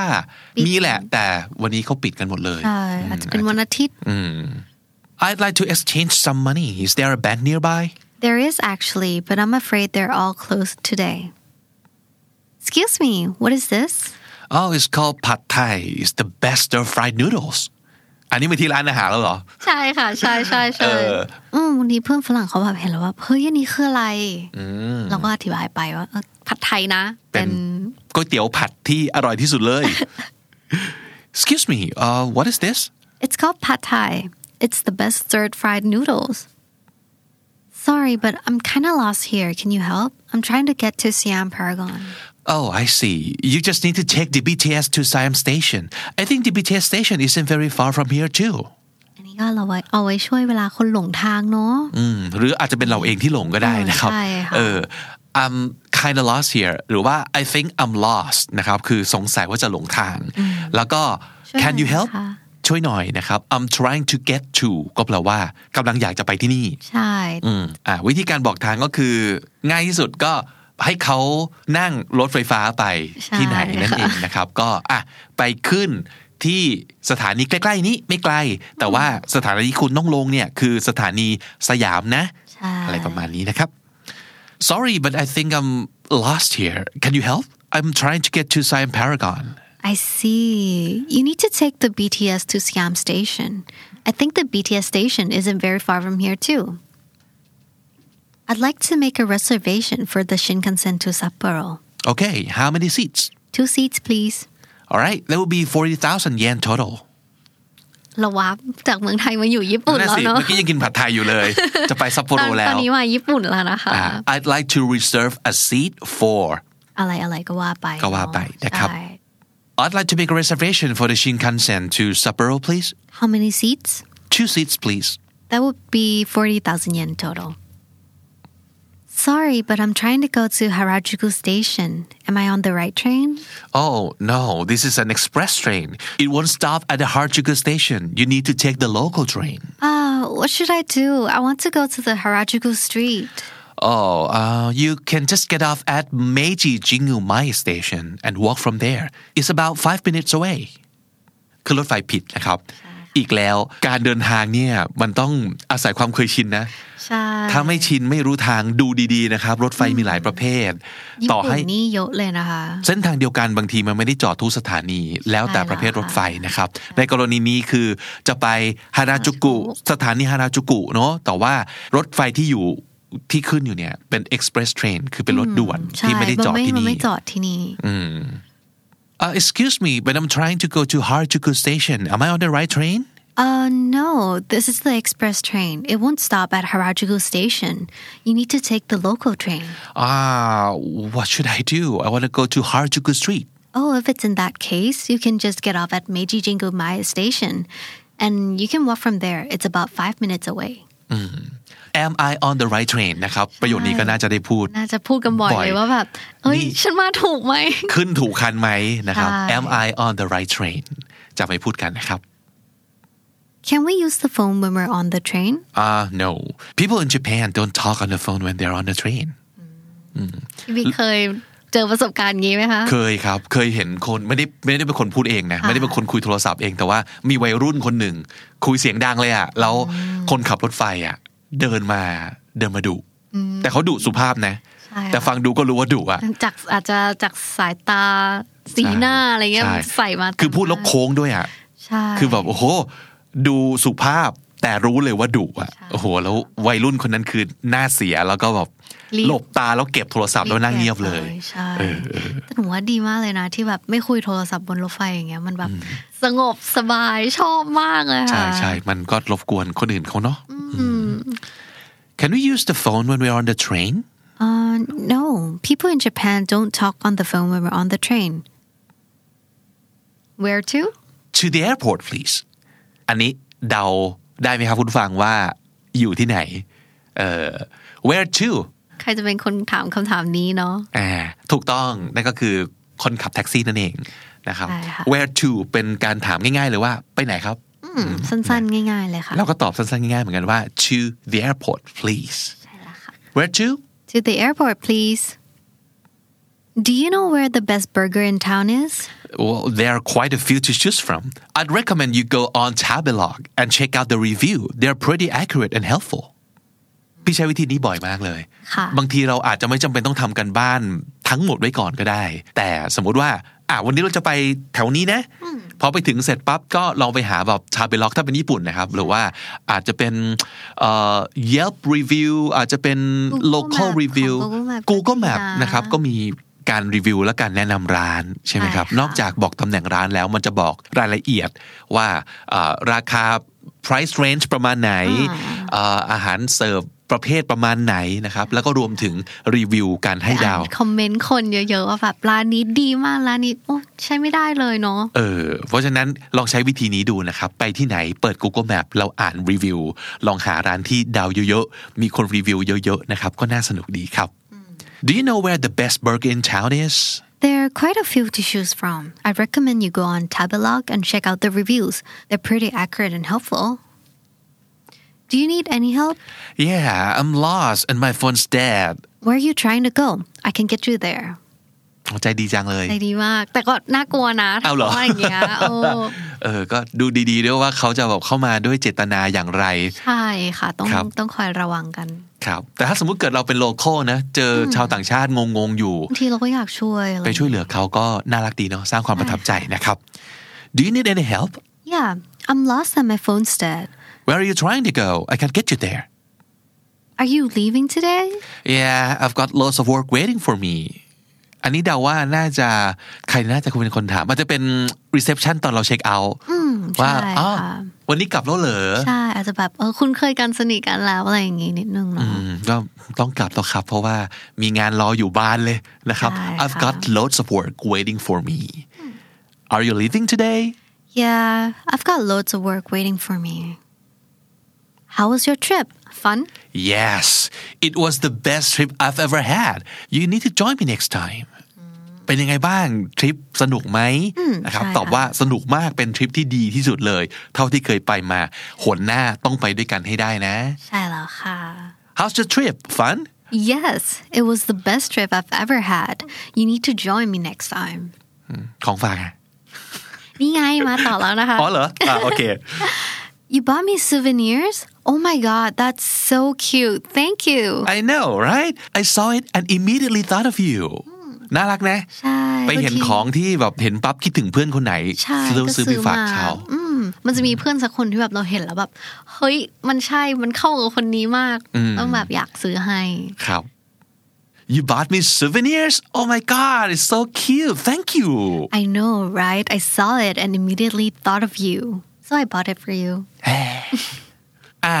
Speaker 1: มีแหละ แต่วันนี้เขาปิดกันหมดเลย
Speaker 2: ใช่อาจจะเป็นวันอาทิตย์
Speaker 1: I'd like to exchange some money is there a bank nearby
Speaker 2: There is actually but I'm afraid they're all closed today Excuse me what is this
Speaker 1: Oh, it's called pad thai. It's the best stir fried noodles. อันนี้ไปที่ร้านอาหารแล้วเหรอ
Speaker 2: ใช่ค่ะ ใช่ใช่ใช่
Speaker 1: Uh.
Speaker 2: อืมวันนี้เพื่อนฝรั่งเขาแบบเห็นแล้วว่าเฮ้ยอันนี้คืออะไรเราก็อธิบายไปว่าเออผัดไทยนะ เป็น
Speaker 1: ก๋วยเตี๋ยวผัดที่อร่อยที่สุดเลย *laughs* Excuse me, uh, what is this?
Speaker 2: It's called pad Thai It's the best stir fried noodles Sorry but I'm kind of lost here Can you help I'm trying to get to Siam Paragon
Speaker 1: Oh, I see. You just need to take the BTS to Siam Station. I think the BTS station isn't very far from here too.
Speaker 2: อันนี้ก็เราไว้เอาไว้ช่วยเวลาคนหลงทางเนาะ
Speaker 1: อืมหรืออาจจะเป็นเราเองที่หลงก็ได้นะครับ
Speaker 2: เออใช่ค่ะ
Speaker 1: เออ I'm kind of lost here หรือว่า I think I'm lost นะครับ คือสงสัยว่าจะหลงทาง แล้วก็
Speaker 2: ช่วยหน่อย
Speaker 1: Can you help
Speaker 2: ค่ะ
Speaker 1: ช่วยหน่อยนะครับ I'm trying to get to ก็แปลว่ากำลังอยากจะไปที่นี่
Speaker 2: ใช่
Speaker 1: อืมอ่าวิธีการบอกทางก็คือ ง่ายที่สุดก็ให้เขานั่งรถไฟฟ้าไปที่ไหนนั่นเองนะครับ *laughs* ก็อ่ะไปขึ้นที่สถานีใกล้ๆนี้ไม่ไกล แต่ว่าสถานีที่คุณต้องลงเนี่ยคือสถานีสยามนะ
Speaker 2: ใช่
Speaker 1: อะไรประมาณนี้นะครับ Sorry but I think I'm lost here Can you help I'm trying to get to Siam Paragon
Speaker 2: I see you need to take the BTS to Siam station I think the BTS station isn't very far from here too I'd like to make a reservation for the Shinkansen to Sapporo
Speaker 1: Okay how many seats
Speaker 2: two seats please
Speaker 1: a All right, that would be 40,000 yen total.
Speaker 2: เราวับจากเมืองไทยมาอยู่ญี่ปุ่น
Speaker 1: นั่น
Speaker 2: แล้ว
Speaker 1: สิ
Speaker 2: เนาะ
Speaker 1: เมื่อกี้ยังกินผัดไทยอยู่เลย จะไปซัปโปโร
Speaker 2: *laughs* ตอน
Speaker 1: แล้
Speaker 2: ตอน
Speaker 1: ว
Speaker 2: นี้มาญี่ปุ่นแล้วนะคะ
Speaker 1: อ่า Uh, I'd like to reserve a seat for
Speaker 2: อะไรอะไรก็ว่าไป
Speaker 1: ก็ว่าไปนะครับ
Speaker 2: ใช่
Speaker 1: I'd like to make a reservation for the Shinkansen to Sapporo please
Speaker 2: How many seats
Speaker 1: two seats please
Speaker 2: That would be 40,000 yen total Sorry but I'm trying to go to Harajuku station Am I on the right train
Speaker 1: oh no this is an express train it won't stop at the Harajuku station you need to take the local train
Speaker 2: Oh what should I do I want to go to the Harajuku street
Speaker 1: oh uh, you can just get off at Meiji Jingumae station and walk from there it's about five minutes away คือรถไฟผิดนะครับ อีกแล้วการเดินทางเนี่ยมันต้องอาศัยความเคยชินนะ
Speaker 2: ใช่
Speaker 1: ถ้าไม่ชินไม่รู้ทางดูดี ๆ นะครับ รถไฟมีหลายประเภท
Speaker 2: ญี่
Speaker 1: ต่อ
Speaker 2: ปุ่
Speaker 1: ให้
Speaker 2: นนี่เยอะเลยนะคะ
Speaker 1: เส้นทางเดียวกันบางทีมันไม่ได้จอดทุกสถานี แล้วแต่ประเภทรถไฟนะครับ ในกรณีนี้คือจะไปฮาราจูกุ สถานีฮาราจูกุเนาะแต่ว่ารถไฟที่อยู่ที่ขึ้นอยู่เนี่ย เป็น express train คือเป็นรถด่วน
Speaker 2: ใช่
Speaker 1: ที่ไม่ได้จอดที่
Speaker 2: มัน
Speaker 1: นี่
Speaker 2: ไม่จอดที่นี่
Speaker 1: Uh, excuse me but I'm trying to go to Harajuku station am I on the right train
Speaker 2: Uh, no, this is the express train. It won't stop at Harajuku station. You need to take the local train.
Speaker 1: ah what should I do I want to go to Harajuku street
Speaker 2: Oh, if it's in that case, you can just get off at Meiji Jingu-Maya station. And you can walk from there. It's about five minutes away.
Speaker 1: am I on the right train นะครับ ประโยคนี้ก็น่าจะได้พูด
Speaker 2: น่าจะพูดกันบ่อย
Speaker 1: บ่อย
Speaker 2: เลยว่าแบบเฮ้ย
Speaker 1: นี่
Speaker 2: ฉันมาถูกไหม
Speaker 1: ขึ้นถูกคันไหมนะครับ
Speaker 2: ใช่
Speaker 1: am I on the right train จะไปพูดกันนะครับ
Speaker 2: Can we use the phone when we're on the train?
Speaker 1: ah no people in Japan don't talk on the phone when they're on the train
Speaker 2: พี่บิ๊กเคยเจอประสบการณ์งี้ไหมคะ
Speaker 1: เคยครับ เคยเห็นคนไม่ได้ไม่ได้เป็นคนพูดเองนะ ไม่ได้เป็นคนคุยโทรศัพท์เอง แต่ว่ามีวัยรุ่นคนหนึ่ง คุยเสียงดังเลยอะแล้วคนขับรถไฟอะเดินมาเดินมาดุ แต่เขาดุสุภาพนะ
Speaker 2: ใช่ค่ะ
Speaker 1: แต่ฟังดูก็รู้ว่าดุอะ
Speaker 2: จากอาจจะจากสายตาสีหน้าอะไรเงี้ย
Speaker 1: ใช่
Speaker 2: ใส่มา
Speaker 1: คือพูดแล้วโค้งด้วยอ่ะ
Speaker 2: ใช่
Speaker 1: คือแบบโอ้โห ดูสุภาพแต่รู้เลยว่าดุอ่ะโอ้โห แล้ววัยรุ่นคนนั้นคือหน้าเสียแล้วก็แบบหลบตาแล้วเก็บโทรศัพท์แล้วนั่งเงียบเลย
Speaker 2: ใช่แต่หนูว่าดีมากเลยนะที่แบบไม่คุยโทรศัพท์บนรถไฟอย่างเงี้ยมันแบบสงบสบายชอบมากเลย
Speaker 1: ใช่
Speaker 2: ค่ะ
Speaker 1: ใช่มันก็รบกวนคนอื่นเขาเนาะอืม Can we use the phone when we're on the train
Speaker 2: อ่า no people in Japan don't talk on the phone when we're on the train where to
Speaker 1: to the airport please อันนี้เดาได้ไหมครับคุณผู้ฟังว่าอยู่ที่ไหนเอ่อ where to
Speaker 2: ใครจะเป็นคนถามคำถามนี้เนาะ
Speaker 1: อ่าถูกต้องนั่นก็คือคนขับแท็กซี่นั่นเองนะครับ
Speaker 2: ใช่ค่ะ
Speaker 1: where to เป็นการถามง่ายๆเลยว่าไปไหนครับ
Speaker 2: อืมสั้นๆง่ายๆเลยค่ะ
Speaker 1: เราก็ตอบสั้นๆง่ายๆเหมือนกันว่า to the airport please
Speaker 2: ใช่แล้วค่ะ
Speaker 1: where to
Speaker 2: To the airport, please. Do you know where the best burger in town is?
Speaker 1: well there are quite a few to choose from I'd recommend you go on Tabelog and check out the review they're pretty accurate and helpful พี่ใช้วิธีนี้บ่อยมากเลย
Speaker 2: ค่ะ
Speaker 1: บางทีเราอาจจะไม่จำเป็นต้องทำกันบ้านทั้งหมดไว้ก่อนก็ได้ แต่สมมุติว่า อ่ะวันนี้เราจะไปแถวนี้นะ พอไปถึงเสร็จปั๊บก็ลองไปหาแบบชาเบล็อกถ้าเป็นญี่ปุ่นนะครับ หรือว่าอาจจะเป็นเอ่อ Yelp review อาจจะเป็น
Speaker 2: Google
Speaker 1: local
Speaker 2: Map
Speaker 1: review
Speaker 2: ของ Google Map ก็ดีนะ
Speaker 1: นะครับ ก็มีการรีวิวและการแนะนำร้านใช่ไหมครับ
Speaker 2: ใช่ค่ะ
Speaker 1: นอกจากบอกตำแหน่งร้านแล้วมันจะบอกรายละเอียดว่าเอ่อราคา price range ประมาณไหนเอ่ออาหารเสิร์ฟประเภทประมาณไหนนะครับ แล้วก็รวมถึงรีวิวการให้ดาว
Speaker 2: *laughs* คอมเมนต์คนเยอะๆว่าแบบร้านนี้ดีมากร้านนี้โอ้ใช้ไม่ได้เลยเนาะ
Speaker 1: เออ เพราะฉะนั้นลองใช้วิธีนี้ดูนะครับ ไปที่ไหนเปิด Google Map เราอ่านรีวิว ลองหาร้านที่ดาวเยอะๆ มีคนรีวิวเยอะๆ นะครับ ก็น่าสนุกดีครับ Do you know where the best burger in town is
Speaker 2: There are quite a few to choose from. I recommend you go on Tabelog and check out the reviews. They're pretty accurate and helpful. Do you need any help?
Speaker 1: Yeah I'm lost and my phone's dead
Speaker 2: Where are you trying to go? I can get you there.
Speaker 1: โอ้ใจดีจังเลย
Speaker 2: ใจดีมากแต่ก็น่ากลัวนะ
Speaker 1: *laughs* เอาเหรอ
Speaker 2: ถ้ว่ย่างเงี้ยโอ้
Speaker 1: เออ ก็ดูดีๆด้วยว่าเขาจะแบบเข้ามาด้วยเจตนาอย่างไร
Speaker 2: ใช่ค่ะต้อง
Speaker 1: *laughs* ครับ
Speaker 2: ต้องคอยระวังกัน
Speaker 1: ครับ แต่ถ้าสมมุติเกิดเราเป็นโลโ a l นะ เจอชาวต่างชาติงงๆอยู่
Speaker 2: บางทีเราก็อยากช่วยอะไร
Speaker 1: ไปช่วยเหลือเขาก็น่ารักดีเนาะ สร้างความประทับใจนะครับ Do you need any help
Speaker 2: อย่างเงี้ย Yeah I'm lost and my phone's dead
Speaker 1: Where are you trying to go I can get you there
Speaker 2: Are you leaving today
Speaker 1: Yeah I've got lots of work waiting for me อันนี้เดาว่าน่าจะใครน่าจะคุณเป็นคนถามอาจจะเป็นรีเซพชันตอนเราเช็คเอาท์
Speaker 2: อืม
Speaker 1: ว่า
Speaker 2: ใช่
Speaker 1: อ๋อ
Speaker 2: ค่ะ
Speaker 1: วันนี้กลับแล้วเหรอ
Speaker 2: ใช่อาจจะแบบเอ "Oh, อคุ้นเคยกันสนิทกันแล้วอะไรอย่างงี้นิดนึง
Speaker 1: อื
Speaker 2: เนาะ
Speaker 1: มก็ต้องกลับแล้วครับ เพราะว่ามีงานรออยู่บ้านเลยนะครับ
Speaker 2: ใช่ค่ะ
Speaker 1: I've got loads of work waiting for me Are you leaving today
Speaker 2: Yeah I've got loads of work waiting for me How was your trip Fun
Speaker 1: Yes it was the best trip I've ever had You need to join me next time เป็นยังไงบ้างทริปสนุกไหมนะครับ
Speaker 2: ใช่
Speaker 1: ตอบ
Speaker 2: ค่ะ
Speaker 1: ว่าสนุกมากเป็นทริปที่ดีที่สุดเลย เท่าที่เคยไปมาหนหน้าต้องไปด้วยกันให้ได้นะ
Speaker 2: ใช่แล้วค่ะ
Speaker 1: How's the trip fun
Speaker 2: Yes it was the best trip I've ever had You need to join me next time
Speaker 1: ของฝากอะ
Speaker 2: นี่ไงมาต่อแล้วนะคะ
Speaker 1: *laughs* อ๋อเหรออ่าโอเค
Speaker 2: You bought me souvenirs Oh my god that's so cute Thank you
Speaker 1: I know right I saw it and immediately thought of you น่ารักนะ
Speaker 2: ใช่
Speaker 1: ไปเห็น
Speaker 2: บาที
Speaker 1: ของที่แบบเห็นปั๊บคิดถึงเพื่อนคนไหน
Speaker 2: ใช่
Speaker 1: ซื้อ
Speaker 2: ก็
Speaker 1: ซื้อไปฝากเขา
Speaker 2: อืมมันจะมีเพื่อนสักคนที่แบบเราเห็นแล้วแบบ เฮ้ย มันใช่ มันเข้ากับคนนี้มาก
Speaker 1: อืม
Speaker 2: ต้องแบบอยากซื้อให้
Speaker 1: ครับ You bought me souvenirs Oh my god it's so cute thank you
Speaker 2: I know right I saw it and immediately thought of you so I bought it for you
Speaker 1: อ่า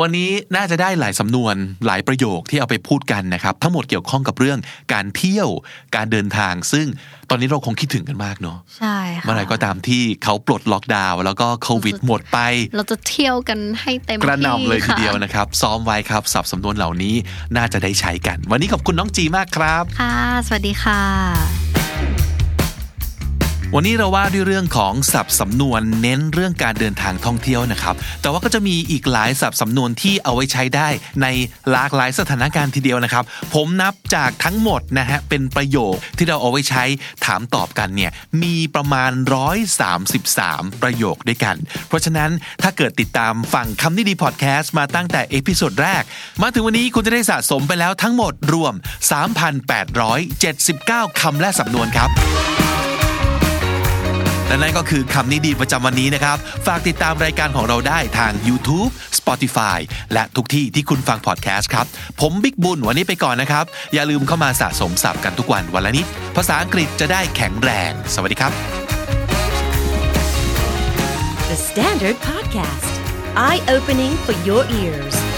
Speaker 1: วันนี้น่าจะได้หลายสำนวนหลายประโยคที่เอาไปพูดกันนะครับ ทั้งหมดเกี่ยวข้องกับเรื่องการเที่ยวการเดินทาง ซึ่งตอนนี้เราคงคิดถึงกันมากเนาะ
Speaker 2: ใช่ค่ะ
Speaker 1: เมื่อไหร่ก็ตามที่เขาปลดล็อกดาวน์แล้วก็โควิดหมดไป
Speaker 2: เราจะเที่ยวกันให้เต็ม
Speaker 1: กระหน่ำเลยที
Speaker 2: ค่ะ
Speaker 1: เดียวนะครับ ซ้อมไว้ครับสับสำนวนเหล่านี้น่าจะได้ใช้กัน วันนี้ขอบคุณน้องจีมากครับ
Speaker 2: ค่ะ สวัสดีค่ะ
Speaker 1: วันนี้เราว่าด้วยเรื่องของสับสำนวนเน้นเรื่องการเดินทางท่องเที่ยวนะครับ แต่ว่าก็จะมีอีกหลายสับสำนวนที่เอาไว้ใช้ได้ในหลากหลายสถานการณ์ทีเดียวนะครับ ผมนับจากทั้งหมดนะฮะเป็นประโยคที่เราเอาไว้ใช้ถามตอบกันเนี่ยมีประมาณ 133 ประโยคด้วยกัน เพราะฉะนั้นถ้าเกิดติดตามฟังคำนี้ดีพอดแคสต์มาตั้งแต่เอพิโซดแรก มาถึงวันนี้คุณจะได้สะสมไปแล้วทั้งหมดรวม 3,879คำและสำนวนครับ และนั่นก็คือคำนี้ดีประจำวันนี้นะครับ ฝากติดตามรายการของเราได้ทาง YouTube Spotify และทุกที่ที่คุณฟังพอดแคสต์ครับ ผมบิ๊กบุญวันนี้ไปก่อนนะครับ อย่าลืมเข้ามาสะสมศัพท์กันทุกวันวันละนิด ภาษาอังกฤษจะได้แข็งแรง สวัสดีครับ
Speaker 3: The Standard Podcast, eye opening for your ears.